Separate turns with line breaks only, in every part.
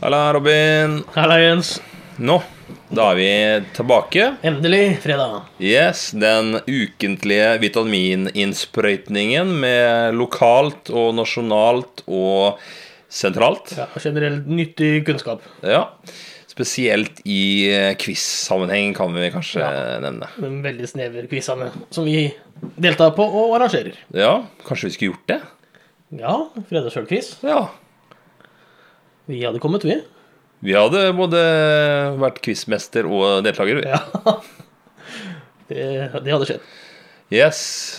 Halla, Robin.
Halla, Jens.
Nå, da er vi tilbake.
Endelig fredag.
Yes, den ukentlige vitamininnsprøytningen med lokalt og nasjonalt og sentralt.
Ja, generelt nyttig kunnskap.
Ja. Spesielt i eh, quiz-sammenheng kan vi kanskje nevne.
Men veldig snever quizene som vi deltar på og arrangerer.
Ja, kanskje vi skulle gjort det?
Ja, fredagsølquiz.
Ja.
Vi hadde kommet, vi.
Vi hadde både vært quizmester og deltaker. vi.
Ja. Det, det hadde skjedd.
Yes.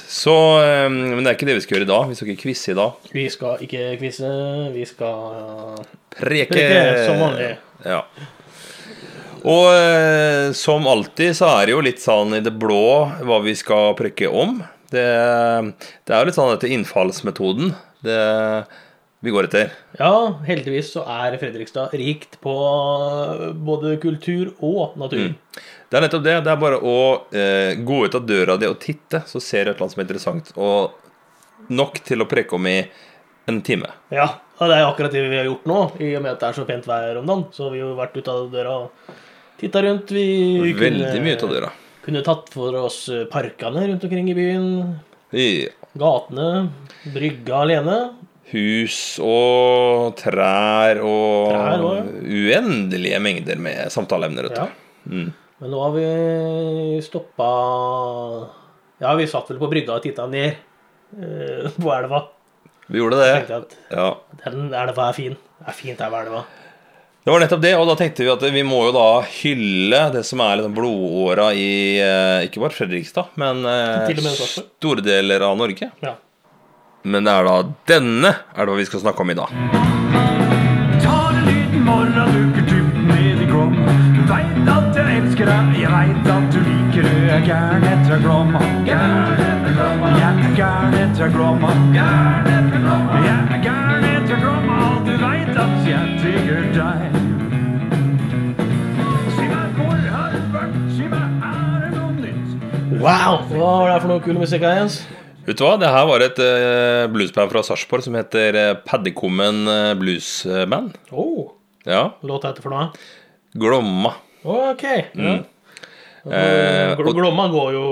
Så eh, Men det er ikke det vi skal gjøre i dag. Vi skal ikke quize i dag.
Vi skal ikke quize, vi skal
Preke!
Preke, som vanlig.
Ja. Og eh, som alltid så er det jo litt sånn i det blå hva vi skal preke om. Det, det er jo litt sånn etter innfallsmetoden det, vi går etter.
Ja, heldigvis så er Fredrikstad rikt på både kultur og natur.
Mm. Det er nettopp det. Det er bare å eh, gå ut av døra di og titte, så ser du et eller annet som er interessant. Og nok til å preke om i en time.
Ja, og det er jo akkurat det vi har gjort nå, i og med at det er så pent vær om dagen. Så har vi jo vært ute av døra og titta rundt. Vi
Veldig mye ut av døra.
Kunne tatt for oss eh, parkene rundt omkring i byen.
I
Gatene. Brygga alene.
hus og trær og
Trær også, ja.
uendelige mengder med samtaleemner. vet du. Mm.
Ja. Men nå har vi stoppa Ja, vi satt vel på brygga og titta ned eh, på elva.
Vi gjorde det.
Tenkte at
Ja.
den elva er fin. Det er fint her ved elva.
Det var nettopp det, og da tenkte vi at vi må jo da hylle det som er liksom blodåra i eh, ikke bare Fredrikstad, men eh,
Til og med Sarpsborg.
store deler av Norge.
Ja.
Men det er da denne elva vi skal snakke om i dag.
Mm.
Tar en liten morgen, dukker dypt ned i Glom. Du veit at jeg elsker deg, jeg veit at du liker det. Jeg er gæren etter Glom. Gæren etter Glom. Jeg er gæren etter Glom. Gæren etter Glom. Jeg er gæren etter Glom, og du veit at jeg digger deg. Si meg, hvor har du vært? Si meg, er det noe nytt?
Wow! Hva var det her for noe kul musikk, her, Jens?
Vet du hva, det her var et eh, bluesband fra Sarpsborg som heter eh, Paddekummen eh, Bluesband.
Oh,
Ja.
låta heter for noe?
Glomma.
OK. Ja.
Eh,
Gl-
Mm. og-
Glomma går jo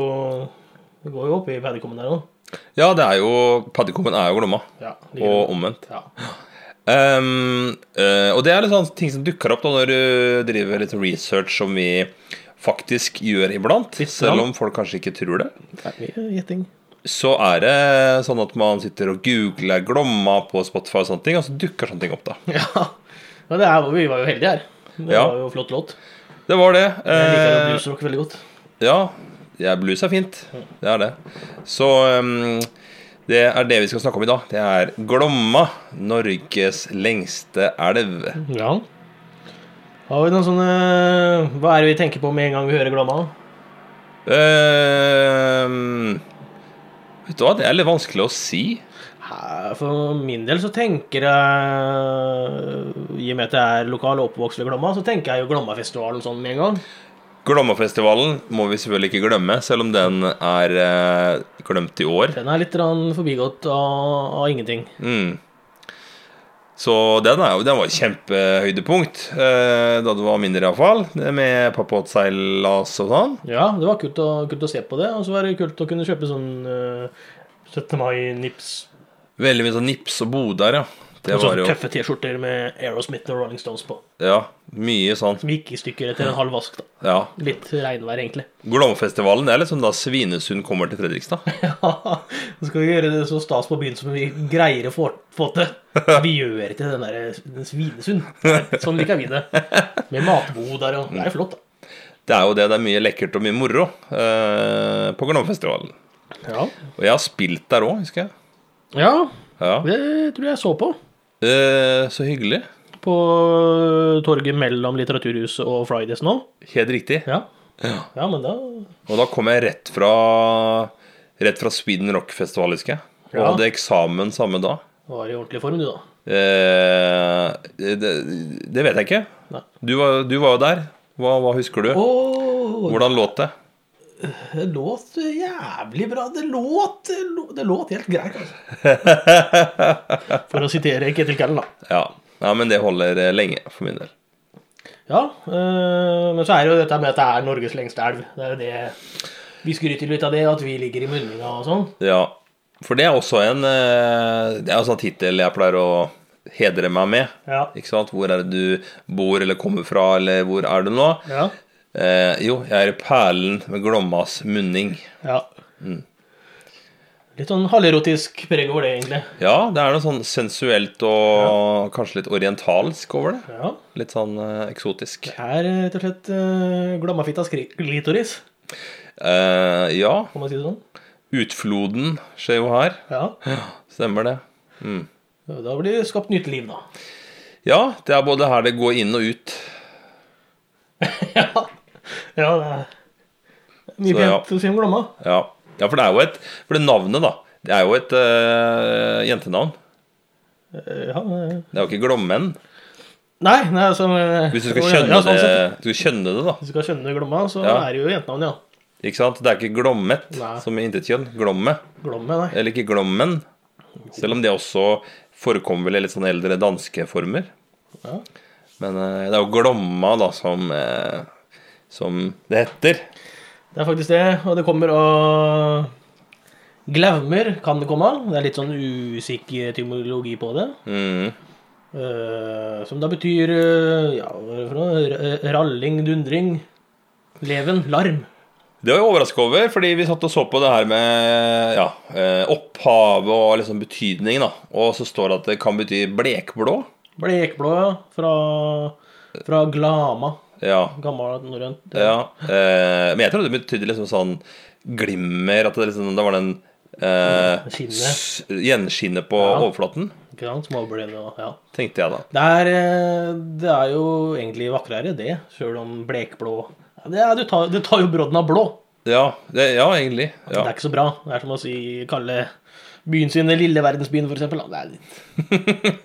det går jo opp i Pederkommen der òg.
Ja, det er jo Paddekummen er jo Glomma.
Ja,
Og omvendt.
ja.
Ehm, eh, og det er litt sånn ting som dukker opp da når du driver litt research som vi faktisk gjør iblant, selv om folk kanskje ikke tror det.
Det er mye gjetting.
Så er det sånn at man sitter og googler Glomma på Spotify og sånne ting, og så dukker sånne ting opp, da.
Ja. Men det er, jo- vi var jo heldige her. Det
Ja.
var jo flott låt.
Det var det.
Jeg liker jo
Eh,
bluesrock veldig godt.
ja, ja, blues er fint. Det er det. Så ehm, det er det vi skal snakke om i dag. Det er Glomma, Norges lengste elv.
Ja. Har vi noen sånne eh, Hva er det vi tenker på med en gang vi hører Glomma?
Ehm, vet du hva, det er litt vanskelig å si.
Hæ, For min del så tenker jeg I og med at jeg er lokal og oppvokst i Glomma, så tenker jeg jo Glommafestivalen sånn med en gang.
Glommafestivalen må vi selvfølgelig ikke glemme, selv om den er eh, glemt i år.
Den er litt grann forbigått av, av ingenting.
Mm. Så den, er, jo- den var et kjempehøydepunkt eh, da det var mindre, iallfall. Med pappbåtseilas og sånn.
Ja, det var kult å, kult å se på det. Og så var det kult å kunne kjøpe sånn eh, 17. mai-nips.
Veldig mye sånn nips og boder, ja. Det
Og
var
sånne
jo
tøffe T-skjorter med Aerosmith og Rolling Stones på.
Ja, mye sånn.
Som gikk i stykker etter en halv vask, da.
Ja.
Litt regnvær, egentlig.
Glommafestivalen det er liksom da Svinesund kommer til Fredrikstad.
Ja, så skal vi gjøre det så stas på byen som vi greier å få, få til. Vi gjør ikke den der den Svinesund. Sånn liker vi det. Med matboder og Det er jo flott, da.
Det er jo det. Det er mye lekkert og mye moro eh, på Glommafestivalen.
Ja.
Og jeg har spilt der òg, husker jeg.
ja,
Ja.
det tror jeg jeg så på.
Eh, så hyggelig.
På torget mellom Litteraturhuset og Fridays nå.
Helt riktig.
Ja. ja, men da
Og da kom jeg rett fra Rett fra Sweden Rock Festival, husker jeg. Og
Ja.
hadde eksamen samme dag.
var det i ordentlig form, du, da.
Eh, det, det vet jeg ikke.
Nei.
Du var, du var jo der. Hva, hva husker du?
Åh,
Hvordan låt det?
Det låt jævlig bra. Det låt, det lå- det låt helt greit, altså. For å sitere Ketil Kellen, da.
Ja. Nei, men det holder eh, lenge, for min del.
Ja, øh, men så er det jo dette med at det er Norges lengste elv. Det er jo det vi skryter litt av det, at vi ligger i munninga og sånn.
Ja. For det er også en eh, Det er også en tittel jeg pleier å hedre meg med.
Ja.
Ikke sant? Hvor er det du bor eller kommer fra, eller hvor er du nå?
Ja.
Eh, jo, jeg er i perlen ved Glommas munning.
ja. Mm. Litt sånn halverotisk preg over det, egentlig.
Ja, det er noe sånn sensuelt og kanskje litt orientalsk over det.
Ja.
Litt sånn eh, eksotisk.
Det er eh, rett og slett øh, glammafittas kri- klitoris,
Eh, ja,
kan man si det sånn.
utfloden skjer jo her.
Ja.
Stemmer det.
Da blir det skapt nytt liv, da.
Ja, det er både her det går inn og ut.
ja. ja, det er mye
Så, ja.
pent å si om Glomma.
Ja, ja for det er jo et For det navnet, da. Det er jo et eh, jentenavn.
Eh, Ja. eh.
Det er jo ikke Glommen.
Nei, nei, altså eh,
Hvis du skal
ja,
skjønne
ja, sånn
det,
sett.
du skal skjønne det da.
Hvis du skal skjønne Glomma, så
Ja.
er det jo jentenavn, ja.
Ikke sant? Det er ikke Glommet,
Nei.
som er intetkjønn. Glomme.
Glomme, nei.
Eller ikke Glommen. Selv om det også forekommer vel i litt sånn eldre danske former.
Ja.
Men eh, det er jo Glomma, da, som eh, Som det heter.
Det er faktisk det, og det kommer og Glaumer kan det komme av. Det er litt sånn usikker etymologi på det.
Mm.
Eh, som da betyr eh, ja, hva er det for noe? R- eh, Ralling, dundring, leven, larm.
Det var jeg overraska over, fordi vi satt og så på det her med ja, eh, opphavet og liksom betydningen. da. Og så står det at det kan bety blekblå.
Blekblå, ja. Fra, fra glama.
Ja.
Gammel norrønt.
ja. Eh, men jeg trodde det betydde liksom sånn glimmer, at det liksom det var den eh,
Skinnet.
s- gjenskinnet på
Ja.
overflaten.
Ikke sant? Småblinde og ja.
Tenkte jeg da.
Det er, eh, det er jo egentlig vakrere, det. Sjøl om blekblå ja, det, er, du tar, det tar jo brodden av blå.
Ja, det, ja egentlig.
Det
Ja.
er ikke så bra. Det er som å si, kalle byen sin den lille verdensbyen, for eksempel. da. Det er litt,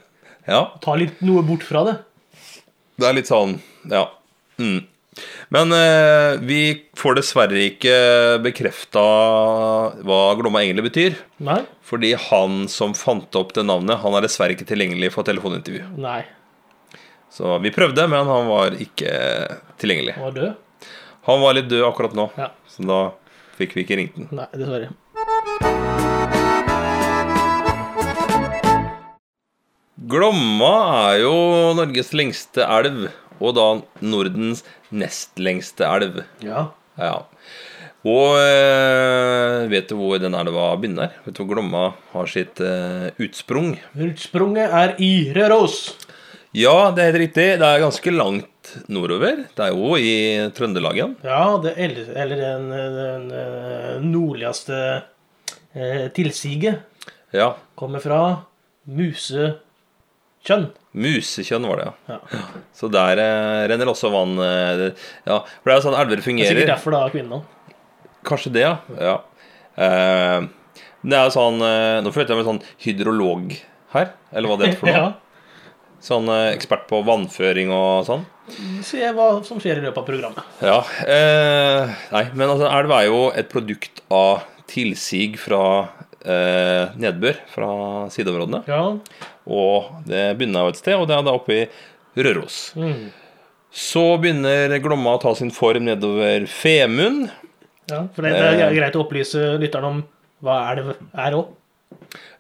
ja.
ta litt noe bort fra det.
Det er litt sånn, ja. Mm. Men eh, vi får dessverre ikke bekrefta hva Glomma egentlig betyr.
Nei.
Fordi han som fant opp det navnet, han er dessverre ikke tilgjengelig for telefonintervju.
Nei.
Så vi prøvde, men han var ikke tilgjengelig.
Han var død.
Han var litt død akkurat nå,
Ja.
så da fikk vi ikke ringt den.
Nei, dessverre.
Glomma er jo Norges lengste elv, og da Nordens nest lengste elv.
Ja.
Ja. Og eh, vet du hvor den elva begynner? Vet du hvor Glomma har sitt eh, utsprung?
Utsprunget er i Røros.
Ja, det er helt riktig. Det er ganske langt nordover. Det er jo i Trøndelag igjen.
Ja, det, eller, eller den, den, eh, nordligste eh, tilsiget
Ja.
kommer fra musekjønn.
Musekjønn var det, ja.
Ja.
Så der eh, renner også vann eh, det- Ja, for det er jo sånn elver
Det er
fungerer.
sikkert derfor da kvinnen.
Kanskje det, ja. ja. Eh, det er jo sånn eh, Nå følte jeg meg sånn hydrolog her, eller hva det heter for noe.
Ja.
Sånn eh, ekspert på vannføring og sånn.
Se hva som skjer i løpet av programmet.
Ja. Eh, nei, men altså, elv er jo et produkt av tilsig fra eh, nedbør fra sideområdene.
Ja.
Og det begynner jo et sted, og det er da oppe i Røros.
Mm.
Så begynner Glomma å ta sin form nedover Femund.
ja. For det, det
Eh.
er greit å opplyse lytteren om hva elv er òg.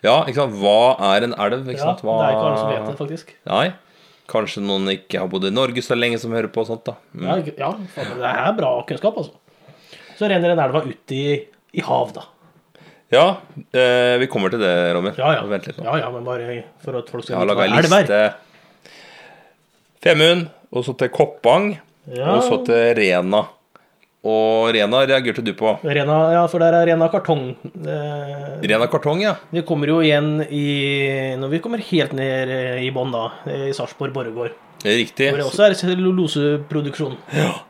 Ja, ikke sant? Hva er en elv? Ikke
Ja,
sant?
det
Hva...
er ikke alle som vet det, faktisk.
Nei. Kanskje noen ikke har bodd i Norge så lenge som hører på og sånt, da. Mm.
Ja, ikke- ja faen, men det er bra kunnskap, altså. Så renner den elva ut i, i hav, da.
Ja, eh, vi kommer til det, Robin.
Ja ja.
Vent litt nå.
ja, ja, men bare for at folk
Jeg
skal
har laga
hva
ei
elv er.
liste. Femund, og så til Koppang,
Ja.
og så til Rena. Og Rena reagerte du på.
Rena, ja, for der er Rena kartong. Eh,
Rena Kartong, ja.
Vi kommer jo igjen i Når vi kommer helt ned eh, i bånn, da, eh, i Sarpsborg Borregaard,
Det er Riktig.
hvor det også er celluloseproduksjon.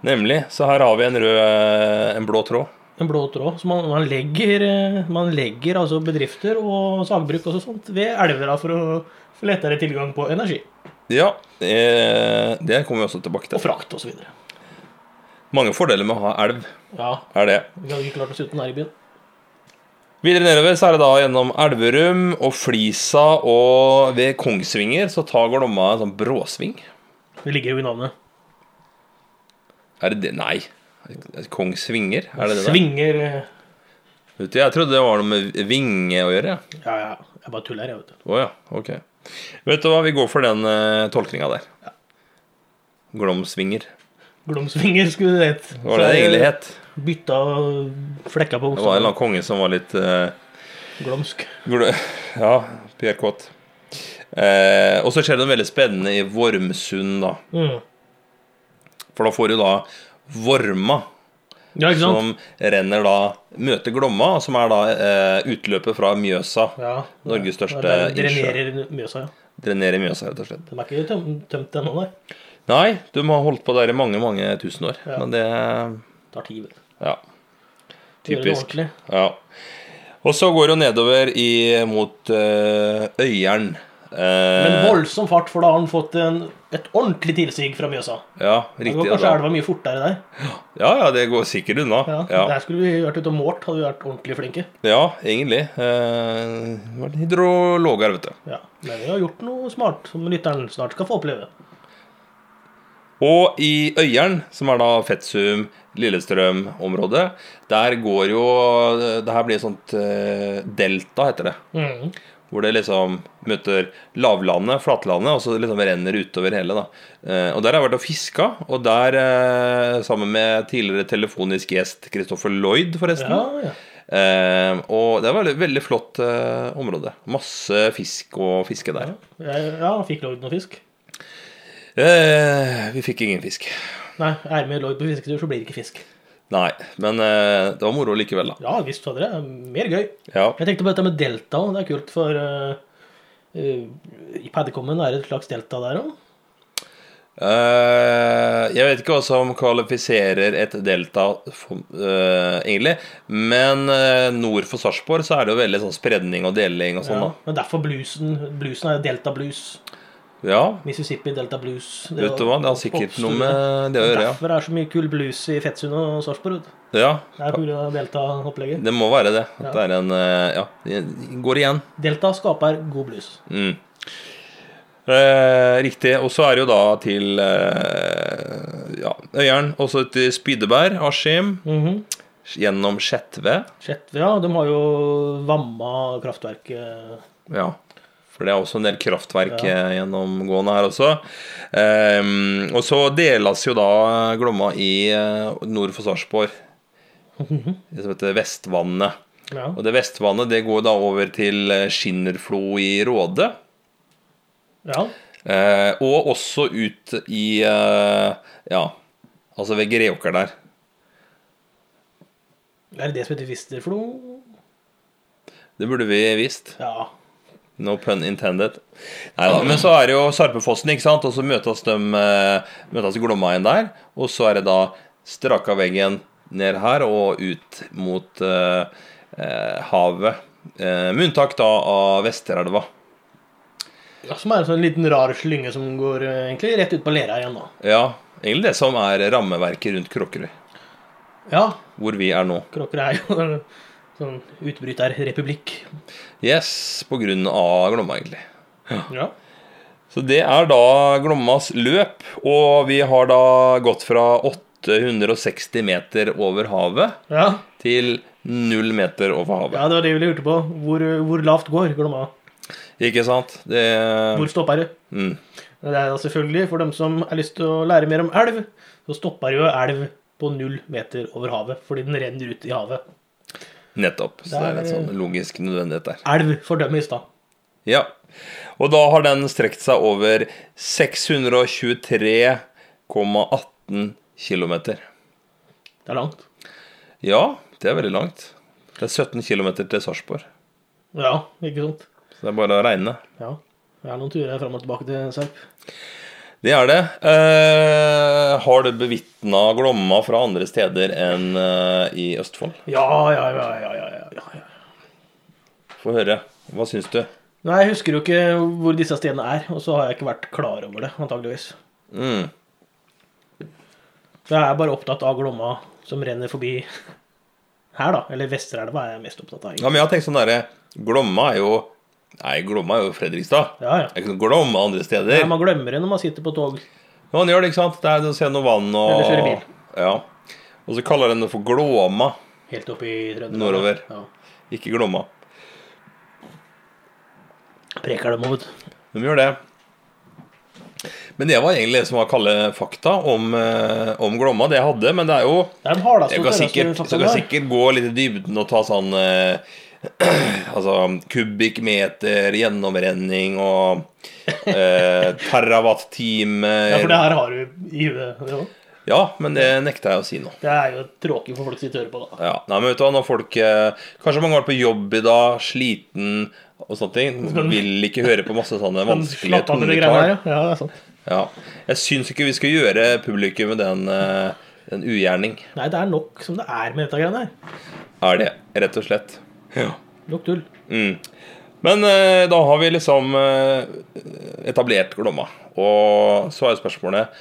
Nemlig. Så her har vi en rød eh, En blå tråd.
En blå tråd. Så man, man, legger, eh, man legger altså bedrifter og sagbruk og sånt ved elvera for å få lettere tilgang på energi
Ja. Eh, det kommer vi også tilbake
og
til.
frakt osv.
Mange fordeler med å ha elv,
Ja,
er det.
vi hadde ikke klart oss uten her i byen.
Videre nedover så er det da gjennom Elverum og Flisa, og ved Kongsvinger så tar Glomma en sånn bråsving.
Det ligger jo i navnet.
Er det det? Nei. Kongsvinger? Er det det der?
Svinger eh,
Vet du, jeg trodde det var noe med vinge å gjøre. jeg.
Ja, ja. Jeg bare tuller, jeg, vet du.
Å ja, ok. Vet du hva, vi går for den uh, tolkninga der. Glomsvinger.
Glomsvinger skulle det hett.
Hva var det
Så
det
jeg
egentlig het?
Bytta flekka på
Det var en eller
buksa.
annen konge som var litt eh,
Glomsk.
gl- Ja, Pierre Cot. Eh, og så skjer det noe veldig spennende i Vormsund, da.
Mm.
For da får du da Vorma,
Ja, ikke sant?
som renner da Møter Glomma, som er da eh, utløpet fra Mjøsa.
Ja.
Norges største
Det er-
innsjø.
Drenerer Mjøsa, ja.
Drenerer Mjøsa, rett og slett.
De er ikke tøm tømt ennå, nei.
Nei, de har holdt på der i mange, mange tusen år.
Ja.
Men det eh,
Tar tid, vet du.
Ja.
Gjør det
Typisk.
ordentlig.
Ja. Og så går det jo nedover i, mot eh, Øyeren. Eh,
Men voldsom fart, for da har han fått en, et ordentlig tilsig fra Mjøsa.
Ja,
Det
riktig.
går
Ja,
kanskje
da.
elva mye fortere der.
ja, ja, det går sikkert unna.
Ja.
Ja, ja.
Der skulle vi vært ute og målt, hadde vi vært ordentlig flinke.
egentlig. Eh, det var hydrologer, vet du.
Ja. Men vi har gjort noe smart, som lytteren snart skal få oppleve.
Og i Øyeren, som er da Fetsum, Lillestrøm-området, der går jo Det her blir et sånt eh, delta, heter det.
Mm.
Hvor det liksom møter lavlandet, flatlandet, og så liksom renner utover hele. da. Eh, og der har jeg vært og fiska, og der, eh, sammen med tidligere telefonisk gjest Christopher Lloyd, forresten
Ja, ja.
eh, Og det er et veldig, veldig flott eh, område. Masse fisk å fiske der.
Jeg, ja, fikk lagd noe fisk.
Eh, vi fikk ingen fisk.
Nei, er med Lloyd på fisketur, så blir det ikke fisk.
Nei, men eh, det var moro likevel, da.
Ja visst, fader. det er Mer gøy.
Ja.
Jeg tenkte på dette med delta òg. Det er kult, for eh, eh, i Paddekommen er det et slags delta der òg.
Eh, jeg vet ikke hva som kvalifiserer et delta for, eh, egentlig, men eh, nord for Sarpsborg så er det jo veldig sånn spredning og deling og sånn,
Ja. Men derfor bluesen. Bluesen er jo delta blues.
da. Ja,
Mississippi Delta Blues.
vet du hva, det har sikkert noe med det å gjøre,
Derfor er det så mye kul blues i Fettsund og Sarpsborg. vet du.
ja. ja.
Det er pga. Delta-opplegget.
Det må være det. At det
Ja.
er en eh, Ja, det går igjen.
Delta skaper god blues.
Mm. Eh, riktig. Og så er det jo da til eh, ja, Øyeren, også til Spydeberg, Askim, gjennom Skjetve.
Sjett- Ja, de har jo vamma kraftverket.
Ja, for det er også en del kraftverk eh, gjennomgående her også. Ehm, og så deles jo da Glomma i eh, nord for Sarpsborg, det som heter Vestvannet.
Ja.
Og det Vestvannet det går da over til eh, Skinnerflo i Råde,
ja.
eh, og også ut i eh, Ja, altså ved Greåker der.
Er det det som heter Fisterflo?
Det burde vi visst.
Ja.
No pun intended. Neida, men så er det jo Sarpefossen, ikke sant? Og så møtes de eh, møtes Glommaien der. Og så er det da straka veggen ned her og ut mot eh, eh, havet. Eh, med unntak da av Vesterelva.
ja. Som er en sånn liten rar slynge som går eh, egentlig rett ut på Lera igjen, da.
Ja, egentlig det som er rammeverket rundt Kråkerøy,
Ja.
hvor vi er nå.
Kråker er jo en sånn utbryterrepublikk.
Yes, på grunn av Glomma, egentlig.
Ja.
Så det er da Glommas løp, og vi har da gått fra 860 meter over havet
ja.
til null meter over havet.
Ja, det var det vi lurte på. Hvor, eh, hvor lavt går Glomma?
Ikke sant? Det
Hvor stopper det?
mm.
Det er da selvfølgelig for dem som har lyst til å lære mer om elv, så stopper jo elv på null meter over havet, fordi den renner ut i havet.
Nettopp. Så det er
Der- eh.
en sånn logisk nødvendighet der.
Elv fordømmes da.
Ja. Og da har den strekt seg over 623,18 km.
Det er langt.
Ja, det er veldig langt. Det er 17 km til Sarpsborg.
Ja, ikke sant?
Så det er bare å regne.
Ja. Det er noen turer fram og tilbake til Serp.
Det er det. Eh, har du bevitna Glomma fra andre steder enn eh, i Østfold?
Ja, ja, ja, ja, ja, ja, ja, ja.
Få høre. Hva syns du?
Nei, jeg husker jo ikke hvor disse stedene er, og så har jeg ikke vært klar over det, antageligvis.
Mm.
Jeg er bare opptatt av Glomma som renner forbi her, da. Eller Vesterelva er jeg mest opptatt av.
Ja,
egentlig.
men jeg har tenkt sånn derre Glomma er jo Nei, Glomma er jo Fredrikstad.
Ja, ja.
Det er ikke noe Glomma andre steder.
Nei, man glemmer det når man sitter på tog.
Ja, man gjør det, ikke sant? Det er å se noe vann og
Eller kjøre bil.
Ja. Og så kaller den det for Glåma,
Helt opp i Trøndelag.
Nordover.
Ja.
ikke Glomma.
Preker dem over.
De gjør det. Men det var egentlig det som var kalde fakta om, eh, om Glomma, det jeg hadde. Men det er jo
Det er den hardeste
Jeg kan
terrassen
sikkert,
vi har
jeg kan
tatt
sikkert gå litt i dybden og ta sånn eh, Altså kubikkmeter, gjennomrenning og eh,
Ja, for det
terawatt-timer
her har du i huet. det også.
Ja, men det nekter jeg å si nå.
Det er jo tråkig for folk som sitter og hører på, da.
Ja, nei, men vet du hva, når folk eh, Kanskje mange har vært på jobb i dag, sliten og sånne ting. Vil ikke høre på masse sånne
Men
vanskelige
slapp av med de Sånn- greiene her,
tungetall.
ja. ja det er sant.
Ja. Jeg syns ikke vi skal gjøre publikum den, eh, en ugjerning.
Nei, det er nok som det er med dette greiene her.
Er det, rett og slett. Ja.
Nok tull.
Mm. Men eh, da har vi liksom eh, etablert Glomma. Og så er jo spørsmålet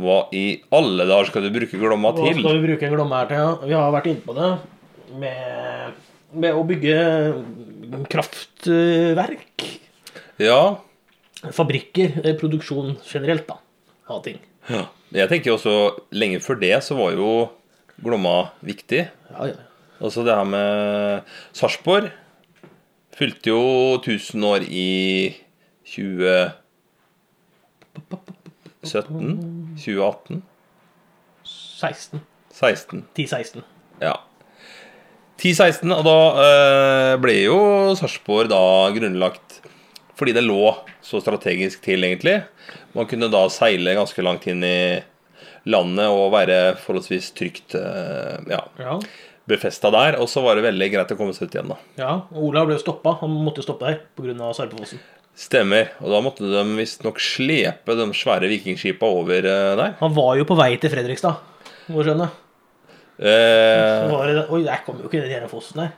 Hva i alle dager skal du bruke Glomma
Hva
til?
skal vi bruke en glomme her til? ja? Vi har vært inne på det med, med å bygge kraftverk.
Ja.
Fabrikker. eh, Produksjon generelt, da. Av ting.
ja. Jeg tenker jo også lenge før det så var jo Glomma viktig.
Ja, ja.
Altså det her med Sarpsborg fylte jo 1000 år i 2017? 2018?
16.
16?
10-16.
Ja. 10-16, og da eh, ble jo Sarpsborg da grunnlagt fordi det lå så strategisk til, egentlig. Man kunne da seile ganske langt inn i landet og være forholdsvis trygt eh, ja,
Ja.
befesta der. Og så var det veldig greit å komme seg ut igjen, da.
ja. og Olav ble jo stoppa. Han måtte stoppe der pga. Sarpefossen.
Stemmer. Og da måtte de visstnok slepe de svære vikingskipa over eh, der.
Han var jo på vei til Fredrikstad, må du skjønne. Så
Eh,
var det, oi, jeg kom jo ikke ned i den fossen der.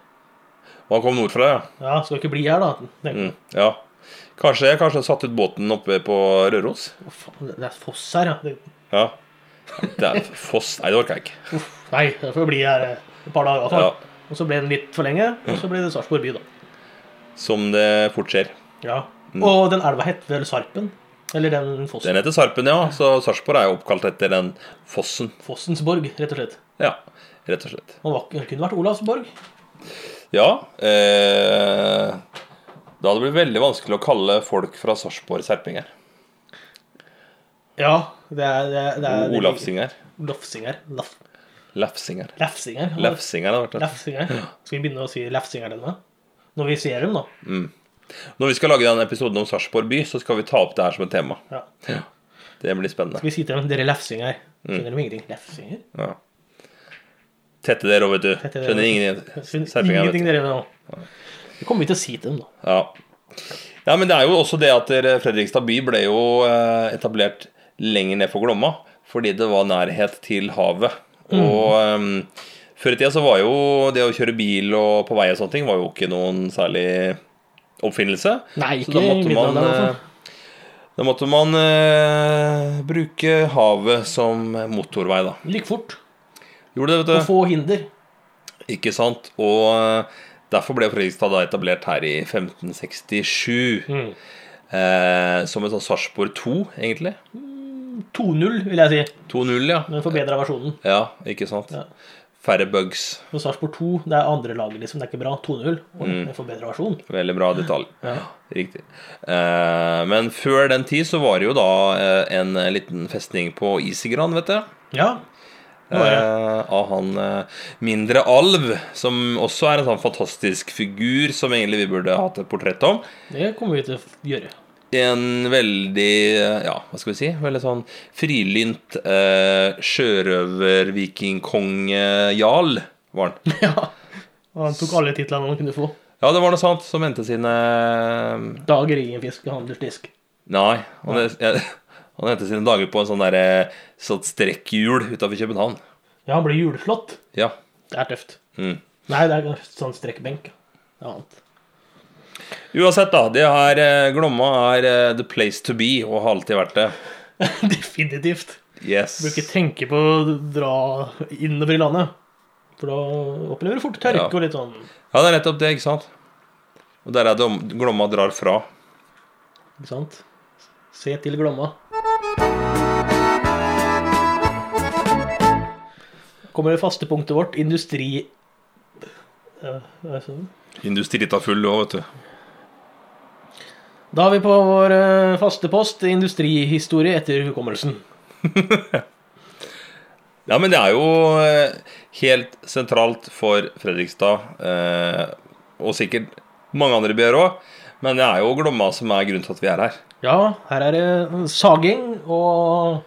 og han kom nordfra, ja.
Ja, skal ikke bli her, da. tenkte
Mm, ja. Kanskje, kanskje han satt ut båten oppe på Røros?
jeg. Å, faen, Det er foss her, ja. Det-
Ja. Det er foss Nei, det orker jeg ikke.
Uff, nei, jeg får bli her eh, et par dager. i hvert fall.
Ja.
Og så ble den litt for lenge, og så ble det Sarpsborg by, da.
Som det fort skjer.
Ja. Og den elva het vel Sarpen? Eller den
Mm.
fossen.
Den heter Sarpen, ja. Så Sarpsborg er jo oppkalt etter den fossen.
Fossensborg, rett og slett.
Ja, rett og slett.
Han var, ikke- kunne vært Olavsborg.
Ja. Eh, da hadde det blitt veldig vanskelig å kalle folk fra Sarpsborg serpinger.
Ja, det er, det er, det er
Og Olavsinger.
Olafsinger. Laf,
Lefsinger.
Lefsinger.
Lefsinger hadde vært det.
Lefsinger. Skal vi begynne å si Lefsinger denne? Når vi ser dem, da.
Når vi skal lage den episoden om Sarpsborg by, så skal vi ta opp det her som et tema.
Ja.
Det blir spennende.
Skal vi si til dem dere lefsinger?
Mm.
Skjønner de ingenting? Lefsinger?
Ja. Tette dere òg, vet du.
Tette dere.
Skjønner
Skjønner
ingen serpinger. vet du.
Ingenting dere nå. Det kommer vi til å si til dem, da.
Ja. ja, men det er jo også det at eh, Fredrikstad by ble jo eh, etablert lenger ned for Glomma, fordi det var nærhet til havet.
Mm.
Og eh, før i tida så var jo det å kjøre bil og på vei og sånne ting var jo ikke noen særlig oppfinnelse.
Nei,
så
ikke
da måtte
i
man,
middelalderen, altså. i hvert fall.
eh, da måtte man eh, bruke havet som motorvei, da.
Like fort.
Gjorde det,
Og
vet du.
få hinder.
Ikke sant? Og eh, derfor ble Fredrikstad da etablert her i 1567. Eh, som en sånn Sarpsborg 2, egentlig.
2-0, vil jeg si.
2-0, ja.
Den forbedra versjonen.
Ja, ikke sant?
Ja.
Færre bugs.
Men Sarpsborg 2, det er andre laget, liksom. Det er ikke bra. 2-0. Og
Mm.
En forbedra versjon.
Veldig bra detalj. Riktig. Eh, men før den tid så var det jo da eh, en liten festning på Isigran, vet du.
Ja. Det var det.
Eh, av han eh, Mindre Alv, som også er en sånn fantastisk figur som egentlig vi burde hatt et portrett om.
Det kommer vi til å gjøre.
En veldig, eh, ja, hva skal vi si, veldig sånn frilynt eh, sjørøver-vikingkonge-jarl var han.
Ja. Og han tok alle titlene han kunne få.
Ja, det var noe sånt som endte sine eh,
Dag Rigenfisk og handelsdisk.
Nei, han, han endte sine dager på en sånn derre sånn strekkhjul utafor København.
Ja, han ble juleslått.
Ja.
Det er tøft.
Mm.
Nei, det er sånn strekkbenk. Det er annet.
Uansett, da. Det her eh, Glomma er eh, the place to be, og har alltid vært det.
Definitivt.
Yes.
Du bør ikke tenke på å dra innover i landet. For da opplever du fort tørke
Ja.
og litt sånn
Ja, det er nettopp det, ikke sant? Og der er det om Glomma drar fra.
Ikke sant? Se til Glomma. Kommer det faste punktet vårt. Industri... Ja, det er sånn.
Industri tar full òg, vet du.
Da er vi på vår eh, faste post industrihistorie etter hukommelsen.
Ja, men det er jo eh, helt sentralt for Fredrikstad, eh, og sikkert mange andre byer òg, men det er jo Glomma som er grunnen til at vi er her.
Ja, her er det saging og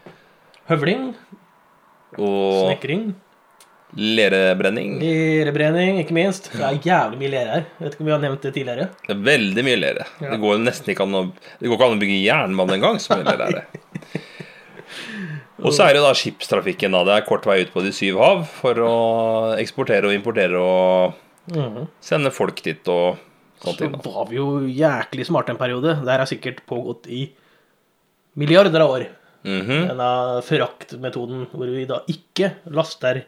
høvling,
Og
snekring,
lerebrenning.
lerebrenning, ikke minst. Det er jævlig mye lere her. Vet ikke om vi har nevnt det tidligere.
Det er veldig mye lere.
Ja.
Det går jo nesten ikke an å, det går ikke an å bygge jernbane engang, så mye lere er det. Og så er det jo da skipstrafikken. da. Det er kort vei ut på de syv hav for å eksportere og importere og
Mhm.
sende folk dit og sånt.
Så
ting, da.
var vi jo jæklig smarte en periode. Det her har sikkert pågått i milliarder av år.
Mhm.
Denne fraktmetoden hvor vi da ikke laster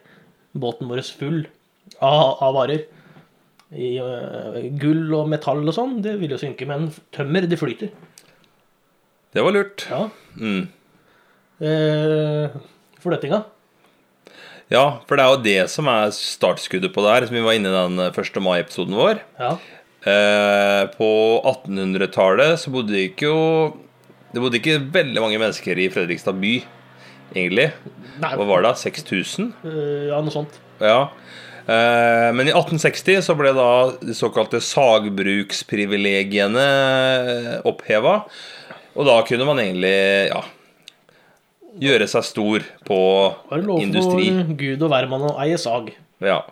båten vår full av, av varer. I øh, gull og metall og sånn, det vil jo synke, men tømmer, det flyter.
Det var lurt.
Ja.
Mm.
Eh, Fløtinga.
Ja, for det er jo det som er startskuddet på det her, som vi var inne i den 1. mai-episoden vår.
Ja.
Eh, på 1800-tallet så bodde det ikke jo Det bodde ikke veldig mange mennesker i Fredrikstad by, egentlig.
Nei,
Hva var det? 6000?
øh, ja, noe sånt.
Ja. Eh, Men i 1860 så ble da de såkalte sagbruksprivilegiene eh, oppheva. Og da kunne man egentlig ja, gjøre seg stor på
Var det lov
industri.
for gud og hvermann å eie sag?
Ja.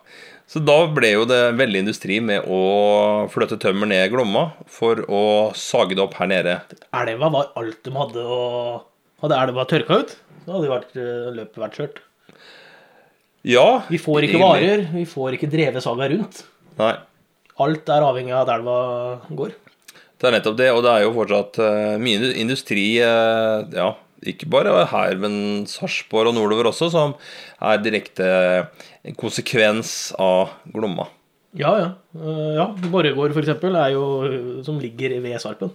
Så da ble jo det veldig industri med å flytte tømmer ned Glomma for å sage det opp her nede.
Elva var alt de hadde, og hadde elva tørka ut, så hadde de vært, øh, løpet vært kjørt.
Ja.
Vi får ikke
egentlig.
varer, vi får ikke drevet saga rundt.
Nei.
Alt er avhengig av at elva går.
Det er nettopp det, og det er jo fortsatt eh, mye indu- industri eh, Ja, ikke bare her, men Sarpsborg og nordover også, som er direkte en konsekvens av Glomma.
Ja, ja. Eh, ja. Borregaard, for eksempel, er jo, eh, som ligger ved Sarpen.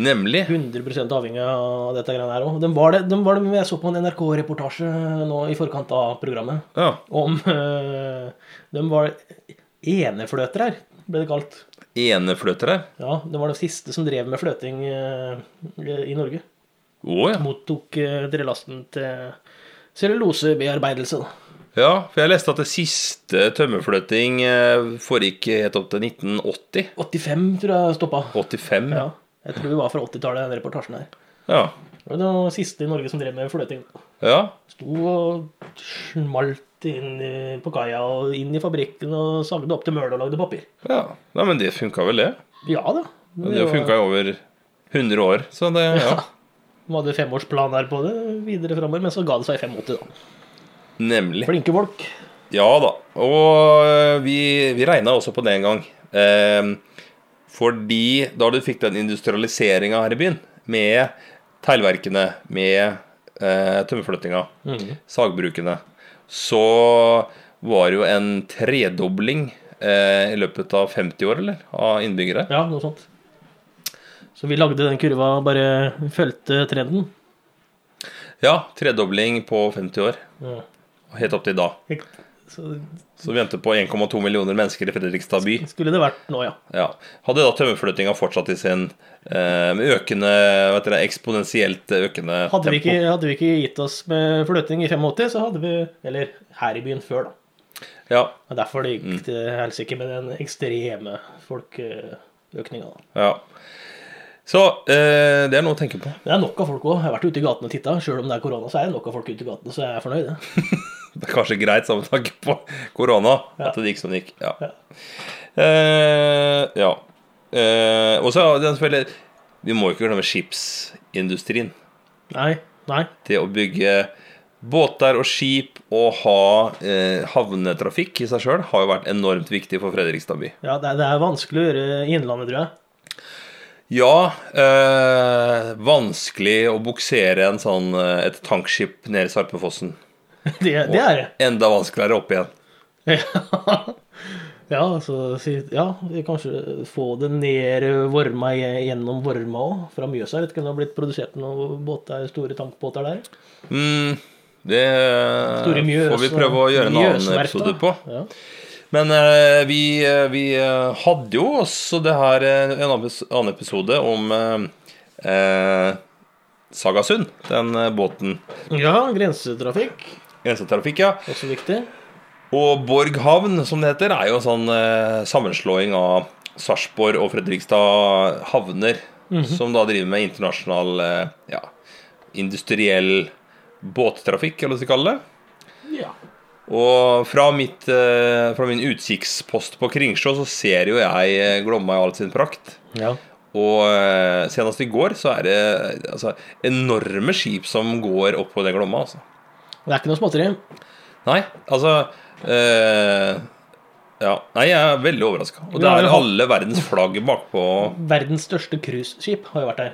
Nemlig.
100 avhengig av dette greiene her òg. Den var det, den var det jeg så på en NRK-reportasje nå i forkant av programmet.
Ja.
Om eh, De var enefløter her, ble det kalt.
Enefløter her.
Ja, De var de siste som drev med fløting eh, i Norge.
Å ja.
Mottok eh, trelasten til cellulosebearbeidelse, da.
ja. For jeg leste at det siste tømmerfløting eh, foregikk helt opp til 1980.
85, tror jeg stoppa.
85, ja.
Ja, jeg tror vi var fra 80-tallet, den reportasjen her.
Ja.
Det var den siste i Norge som drev med fløting.
ja.
Sto og smalt inn i- på kaia og inn i fabrikken og sagde opp til møl og lagde papir.
ja. Nei, men det funka vel, det.
Ja da.
Det har funka i over 100 år, så det Ja.
De hadde femårsplan her på det videre framover, men så ga det seg i 85, da.
Nemlig.
Flinke folk.
Ja da. Og eh, vi, vi regna også på det en gang. Ehm, fordi da du fikk den industrialiseringa her i byen, med teglverkene, med eh, tømmerflyttinga, sagbrukene, så var det jo en tredobling eh, i løpet av 50 år, eller? Av innbyggere.
Ja, noe sånt. Så vi lagde den kurva, bare fulgte trenden.
Ja, tredobling på 50 år.
Ja.
Og Helt opp til da.
Så
Så vi endte på 1,2 millioner mennesker i Fredrikstad by.
skulle det vært nå, ja.
Ja. Hadde da tømmerflyttinga fortsatt i sin eh, med økende, hva heter det, eksponentielt økende
Hadde vi,
tempo?
ikke, hadde vi ikke gitt oss med fløting i 85, så hadde vi Eller her i byen før, da.
Ja,
Det er derfor det gikk til helsike med den ekstreme folkeøkninga. da.
ja. Så eh, det er noe å tenke på.
Det er nok av folk òg. Jeg har vært ute i gatene og titta. Sjøl om det er korona, så er det nok av folk ute i gatene, så jeg er fornøyd. jeg.
Det er kanskje greit sammen med tanke på korona
Ja.
at det gikk som det gikk. Ja.
Ja.
Eh, ja. Eh, og så er det selvfølgelig Vi må jo ikke glemme skipsindustrien.
Nei, nei.
Det å bygge båter og skip og ha eh, havnetrafikk i seg sjøl har jo vært enormt viktig for Fredrikstad by.
Ja, det er, det er vanskelig å gjøre i Innlandet, tror jeg.
Ja, eh, vanskelig å buksere en sånn, eh, et tankskip ned i Sarpefossen.
Det, det er det.
Enda vanskeligere opp igjen.
Ja, så si- ja, vi kanskje få det ned eh, varma i- gjennom varma òg. Fra Mjøsa. Jeg vet ikke om det har blitt produsert noen båter, store tankbåter der?
Mm, det
Store Mjøs.
Eh, får vi prøve å gjøre en annen
Mjøsmerta.
episode på.
Ja.
Men eh, vi, eh, vi eh, hadde jo også det her eh, en abis- annen episode om eh, eh, Sagasund, den eh, båten.
ja, grensetrafikk.
Grensetrafikk, ja.
Også viktig.
Og Borg havn, som det heter, er jo en sånn eh, sammenslåing av Sarpsborg og Fredrikstad havner, som da driver med internasjonal eh, ja, industriell båttrafikk, eller hva vi skal kalle det.
Ja.
Og fra, mitt, eh, fra min utkikkspost på Kringsjå så ser jo jeg eh, Glomma i all sin prakt.
ja.
Og eh, senest i går så er det eh, altså, enorme skip som går opp på den Glomma, altså.
Det er ikke noe småtteri.
Nei, altså eh, ja. Nei, jeg er veldig overraska. Og
Vi
det
har
er
jo hatt-
alle verdens flagg bakpå.
Verdens største cruiseskip har jo vært der.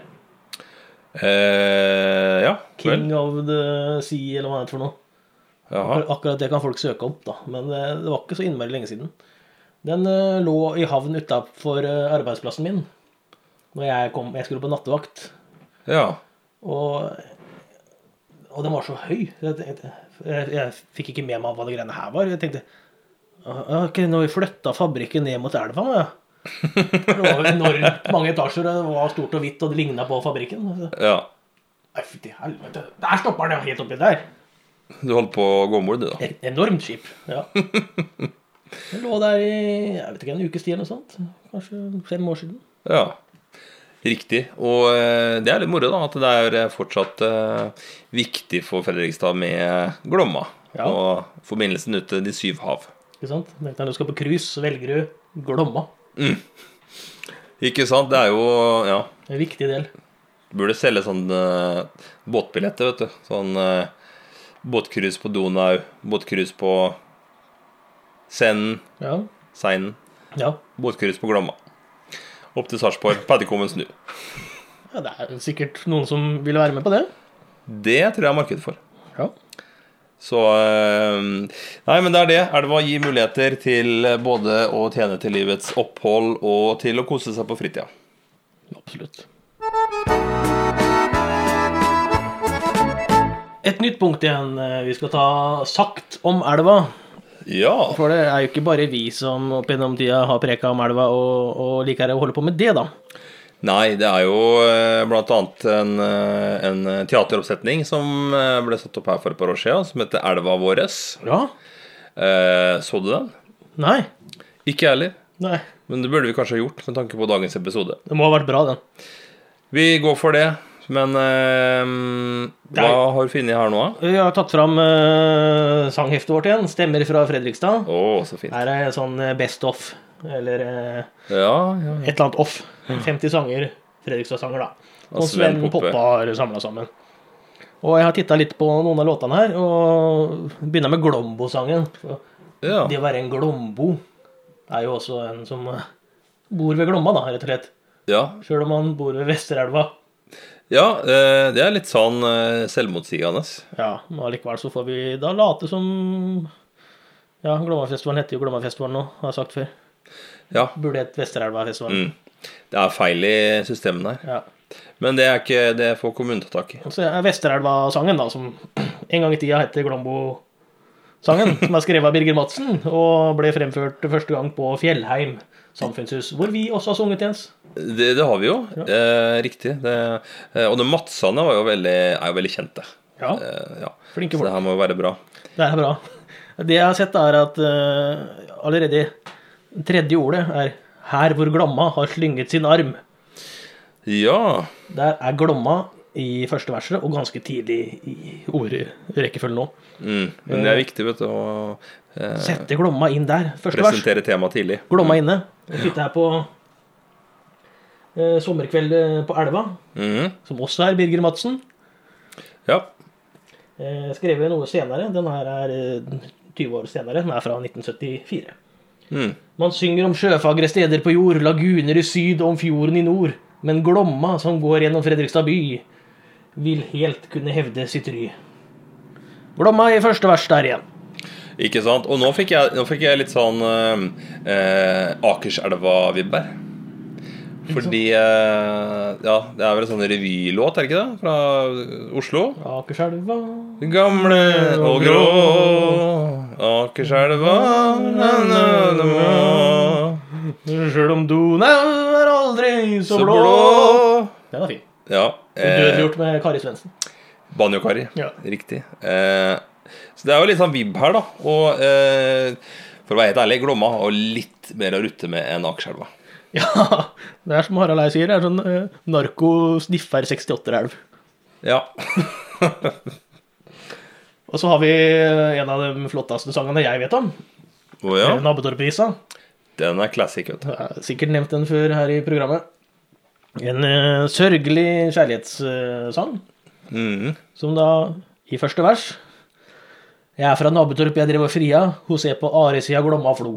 Eh, ja, vel.
King of the Sea, eller hva det heter for noe.
Jaha.
Ak- Akkurat det kan folk søke opp, da. Men eh, det var ikke så innmari lenge siden. Den eh, lå i havn utafor arbeidsplassen min Når jeg, kom, jeg skulle på nattevakt.
Ja.
Og, og den var så høy. Jeg, tenkte- jeg, jeg fikk ikke med meg hva det greiene her var. Jeg tenkte «Ah, ok, Når vi flytta fabrikken ned mot elva ja. For Det var jo enormt mange etasjer, og det var stort og hvitt, og det ligna på fabrikken. Så,
ja.
Nei, fytti helvete. Der stopper den, ja! Helt oppi der.
Du holdt på å gå om bord, du, da.
Et enormt skip, ja. Det lå der i jeg vet ikke, en ukes tid eller noe sånt. Kanskje fem år siden.
Ja, riktig. Og eh, det er litt moro, da, at det er eh, fortsatt eh, viktig for Fredrikstad med Glomma.
Ja.
Og forbindelsen ut til de syv hav.
Ikke sant? Når du skal på cruise, så velger du Glomma.
Ikke sant? Det er jo Ja.
En viktig del.
Burde selge sånn eh, båtbilletter, vet du. Sånn eh, båtcruise på Donau, båtcruise på Senden,
Ja.
Seinen,
ja.
båtcruise på Glomma. Opp til Sarpsborg, Paddekommen snu.
ja det er sikkert noen som vil være med på det.
Det tror jeg er marked for.
Ja.
Så eh, Nei, men det er det. Elva gir muligheter til både å tjene til livets opphold og til å kose seg på fritida.
Absolutt. Et nytt punkt igjen. eh, Vi skal ta sagt om elva.
Ja.
For det er jo ikke bare vi som opp gjennom tida har preka om elva og, og liker å holde på med det, da.
Nei, det er jo eh, blant annet en, eh, en teateroppsetning som eh, ble satt opp her for et par år siden, som heter Elva våres.
Ja?
Eh, så du den?
Nei.
Ikke jeg heller.
Nei.
Men det burde vi kanskje ha gjort med tanke på dagens episode.
Det må ha vært bra, den.
Vi går for det. Men eh,
Det er-
hva har du funnet her nå, da?
Vi har tatt fram eh, sangheftet vårt igjen. 'Stemmer fra Fredrikstad'.
Å, så fint.
Her er sånn eh, best off, eller eh,
Ja, ja.
et eller annet off. 50 sanger, Fredrikstad-sanger, da.
Av
Og Sven Poppa har samla sammen. Og jeg har titta litt på noen av låtene her, og begynner med Glombo-sangen. Så
Ja.
Det å være en Glombo er jo også en som eh, bor ved Glomma, da, rett og slett.
ja.
Sjøl om han bor ved Vesterelva.
Ja, eh, det er litt sånn eh, selvmotsigende.
Ja, men allikevel så får vi da late som Ja, Glommafestivalen heter jo Glommafestivalen nå, har jeg sagt før.
Ja,
Burde hett Vesterelvafestivalen.
Mm. det er feil i systemene her.
Ja.
Men det, er ikke, det får kommunen ta tak i.
Og så er Vesterelva-sangen, da, som en gang i tida het Glombo-sangen, som er skrevet av Birger Madsen, og ble fremført første gang på Fjellheim samfunnshus, hvor vi også har sunget, Jens.
Det, det har vi jo. Eh, riktig. Det, eh, og de Matsane var jo veldig, er jo veldig kjente.
Ja,
Eh, ja.
Flinke
Så
folk.
det her må jo være bra.
det er bra. Det jeg har sett, da, er at eh, allerede tredje ordet er 'Her hvor Glomma har slynget sin arm'.
Ja.
Der er Glomma i første verset, og ganske tidlig i ordrekkefølgen òg.
Mm. Men det er viktig, vet du, å eh,
Sette Glomma inn der. Første vers.
presentere temaet tidlig.
Glomma inne. Og sitter her på eh, sommerkveld eh, på elva,
Mhm.
som også er Birger Madsen.
Ja.
Eh, skrevet noe senere. Den her er eh, 20 år senere. Den er fra 1974.
Mm.
Man synger om sjøfagre steder på jord, laguner i syd og om fjorden i nord. Men Glomma, som går gjennom Fredrikstad by, vil helt kunne hevde sitt ry. Glomma i første vers der igjen.
Ikke sant? Og nå fikk jeg, nå fikk jeg litt sånn eh, eh, Akerselva-vibber. Fordi eh, Ja, det er vel en sånn revylåt, er det ikke det? Fra Oslo?
Akerselva
Den gamle og grå Akerselva na, na, na, na.
Sjøl om Donau er aldri så,
Så
blå.
blå.
Den er fin.
Ja. eh,
Dødgjort med Kari Svendsen.
Banjo-Kari.
Ja.
Riktig. Eh, så det er jo litt sånn vibb her, da. Og eh, for å være helt ærlig, Glomma har litt mer å rutte med enn Akerselva.
Ja, det er som Harald Eie sier, det er sånn eh, narko-sniffer-68-elv.
Ja.
Og så har vi eh, en av de flotteste sangene jeg vet om,
Å ja.
eh, Nabotorpvisa.
Den er classic, vet du.
Jeg har Sikkert nevnt den før her i programmet. En eh, sørgelig kjærlighetssang,
Mhm.
som da i første vers Jeg er fra Nabotorp, jeg driver og fria. Hun ser på Aresida, Glomma og Flo.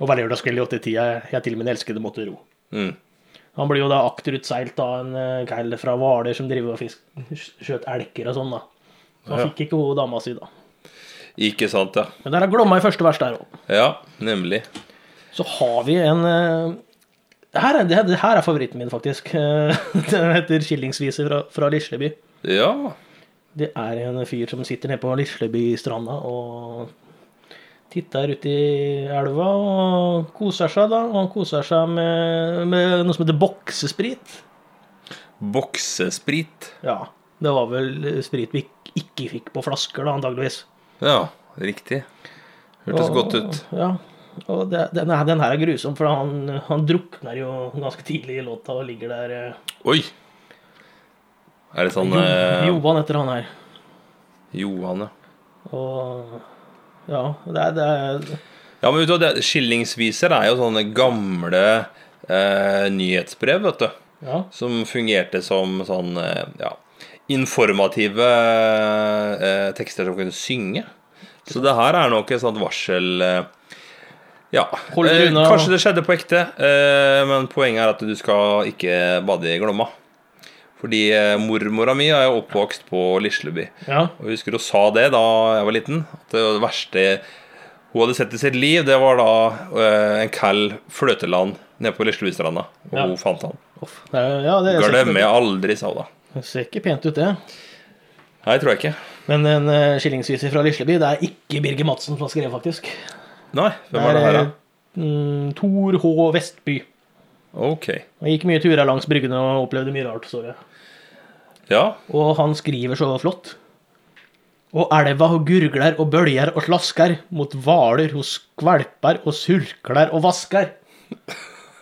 Og hver lørdagskveld i åttetida jeg til min elskede måtte ro.
Mm.
Han blir jo da akterutseilt av en eh, kall fra Hvaler som driver og fisk, skjøt elker og sånn, da. Så han
Ja.
fikk ikke hun dama si, da.
Ikke sant, ja.
Men der er Glomma i første vers der òg.
Ja, nemlig.
Så har vi en eh, det her, er, det, her- det her er favoritten min, faktisk. Eh, Den heter 'Skillingsvise fra, fra Lisleby'.
Ja.
Det er en fyr som sitter nede på Lislebystranda og titter ut i elva og koser seg, da. Og han koser seg med, med noe som heter boksesprit.
Boksesprit.
Ja, det var vel sprit vi ikk- ikke fikk på flasker, da, antageligvis.
Ja, riktig. Hørtes godt ut.
Ja, og det, den, her, den her er grusom, for han, han drukner jo ganske tidlig i låta og ligger der eh,
Oi! Er det sånn
Jo-
eh,
Johan heter han her.
Johan, ja.
Og ja, det er, det er
Ja, men vet du, hva, det- Skillingsviser er jo sånne gamle eh, nyhetsbrev, vet du.
Ja.
Som fungerte som sånn eh, ja, informative eh, tekster som kunne synge. Så det her er nok et sånt varsel eh, Ja,
Hold
eh,
unna.
kanskje det skjedde på ekte, eh, men poenget er at du skal ikke bade i Glomma. Fordi eh, mormora mi er jo oppvokst på Lisleby.
ja.
Og jeg husker hun sa det da jeg var liten. At det verste hun hadde sett i sitt liv, det var da eh, en kall Fløteland nede på Lislebystranda. Og
Ja.
hun fant han.
Uff. Det er, ja, det ser
Glem
ikke,
jeg aldri, sa hun da.
det ser ikke pent ut, det.
Nei, tror jeg ikke.
Men en eh, skillingsviser fra Lisleby, det er ikke Birger Madsen som har skrevet, faktisk. eh,
Nei, hvem er det her, da?
Mm, Tor H. Vestby.
Ok.
Han gikk mye turer langs bryggene og opplevde mye rart, så jeg.
Ja.
Og han skriver så flott. Og elva hun gurgler og bølger og slasker, mot hvaler hun skvalper og surkler og vasker.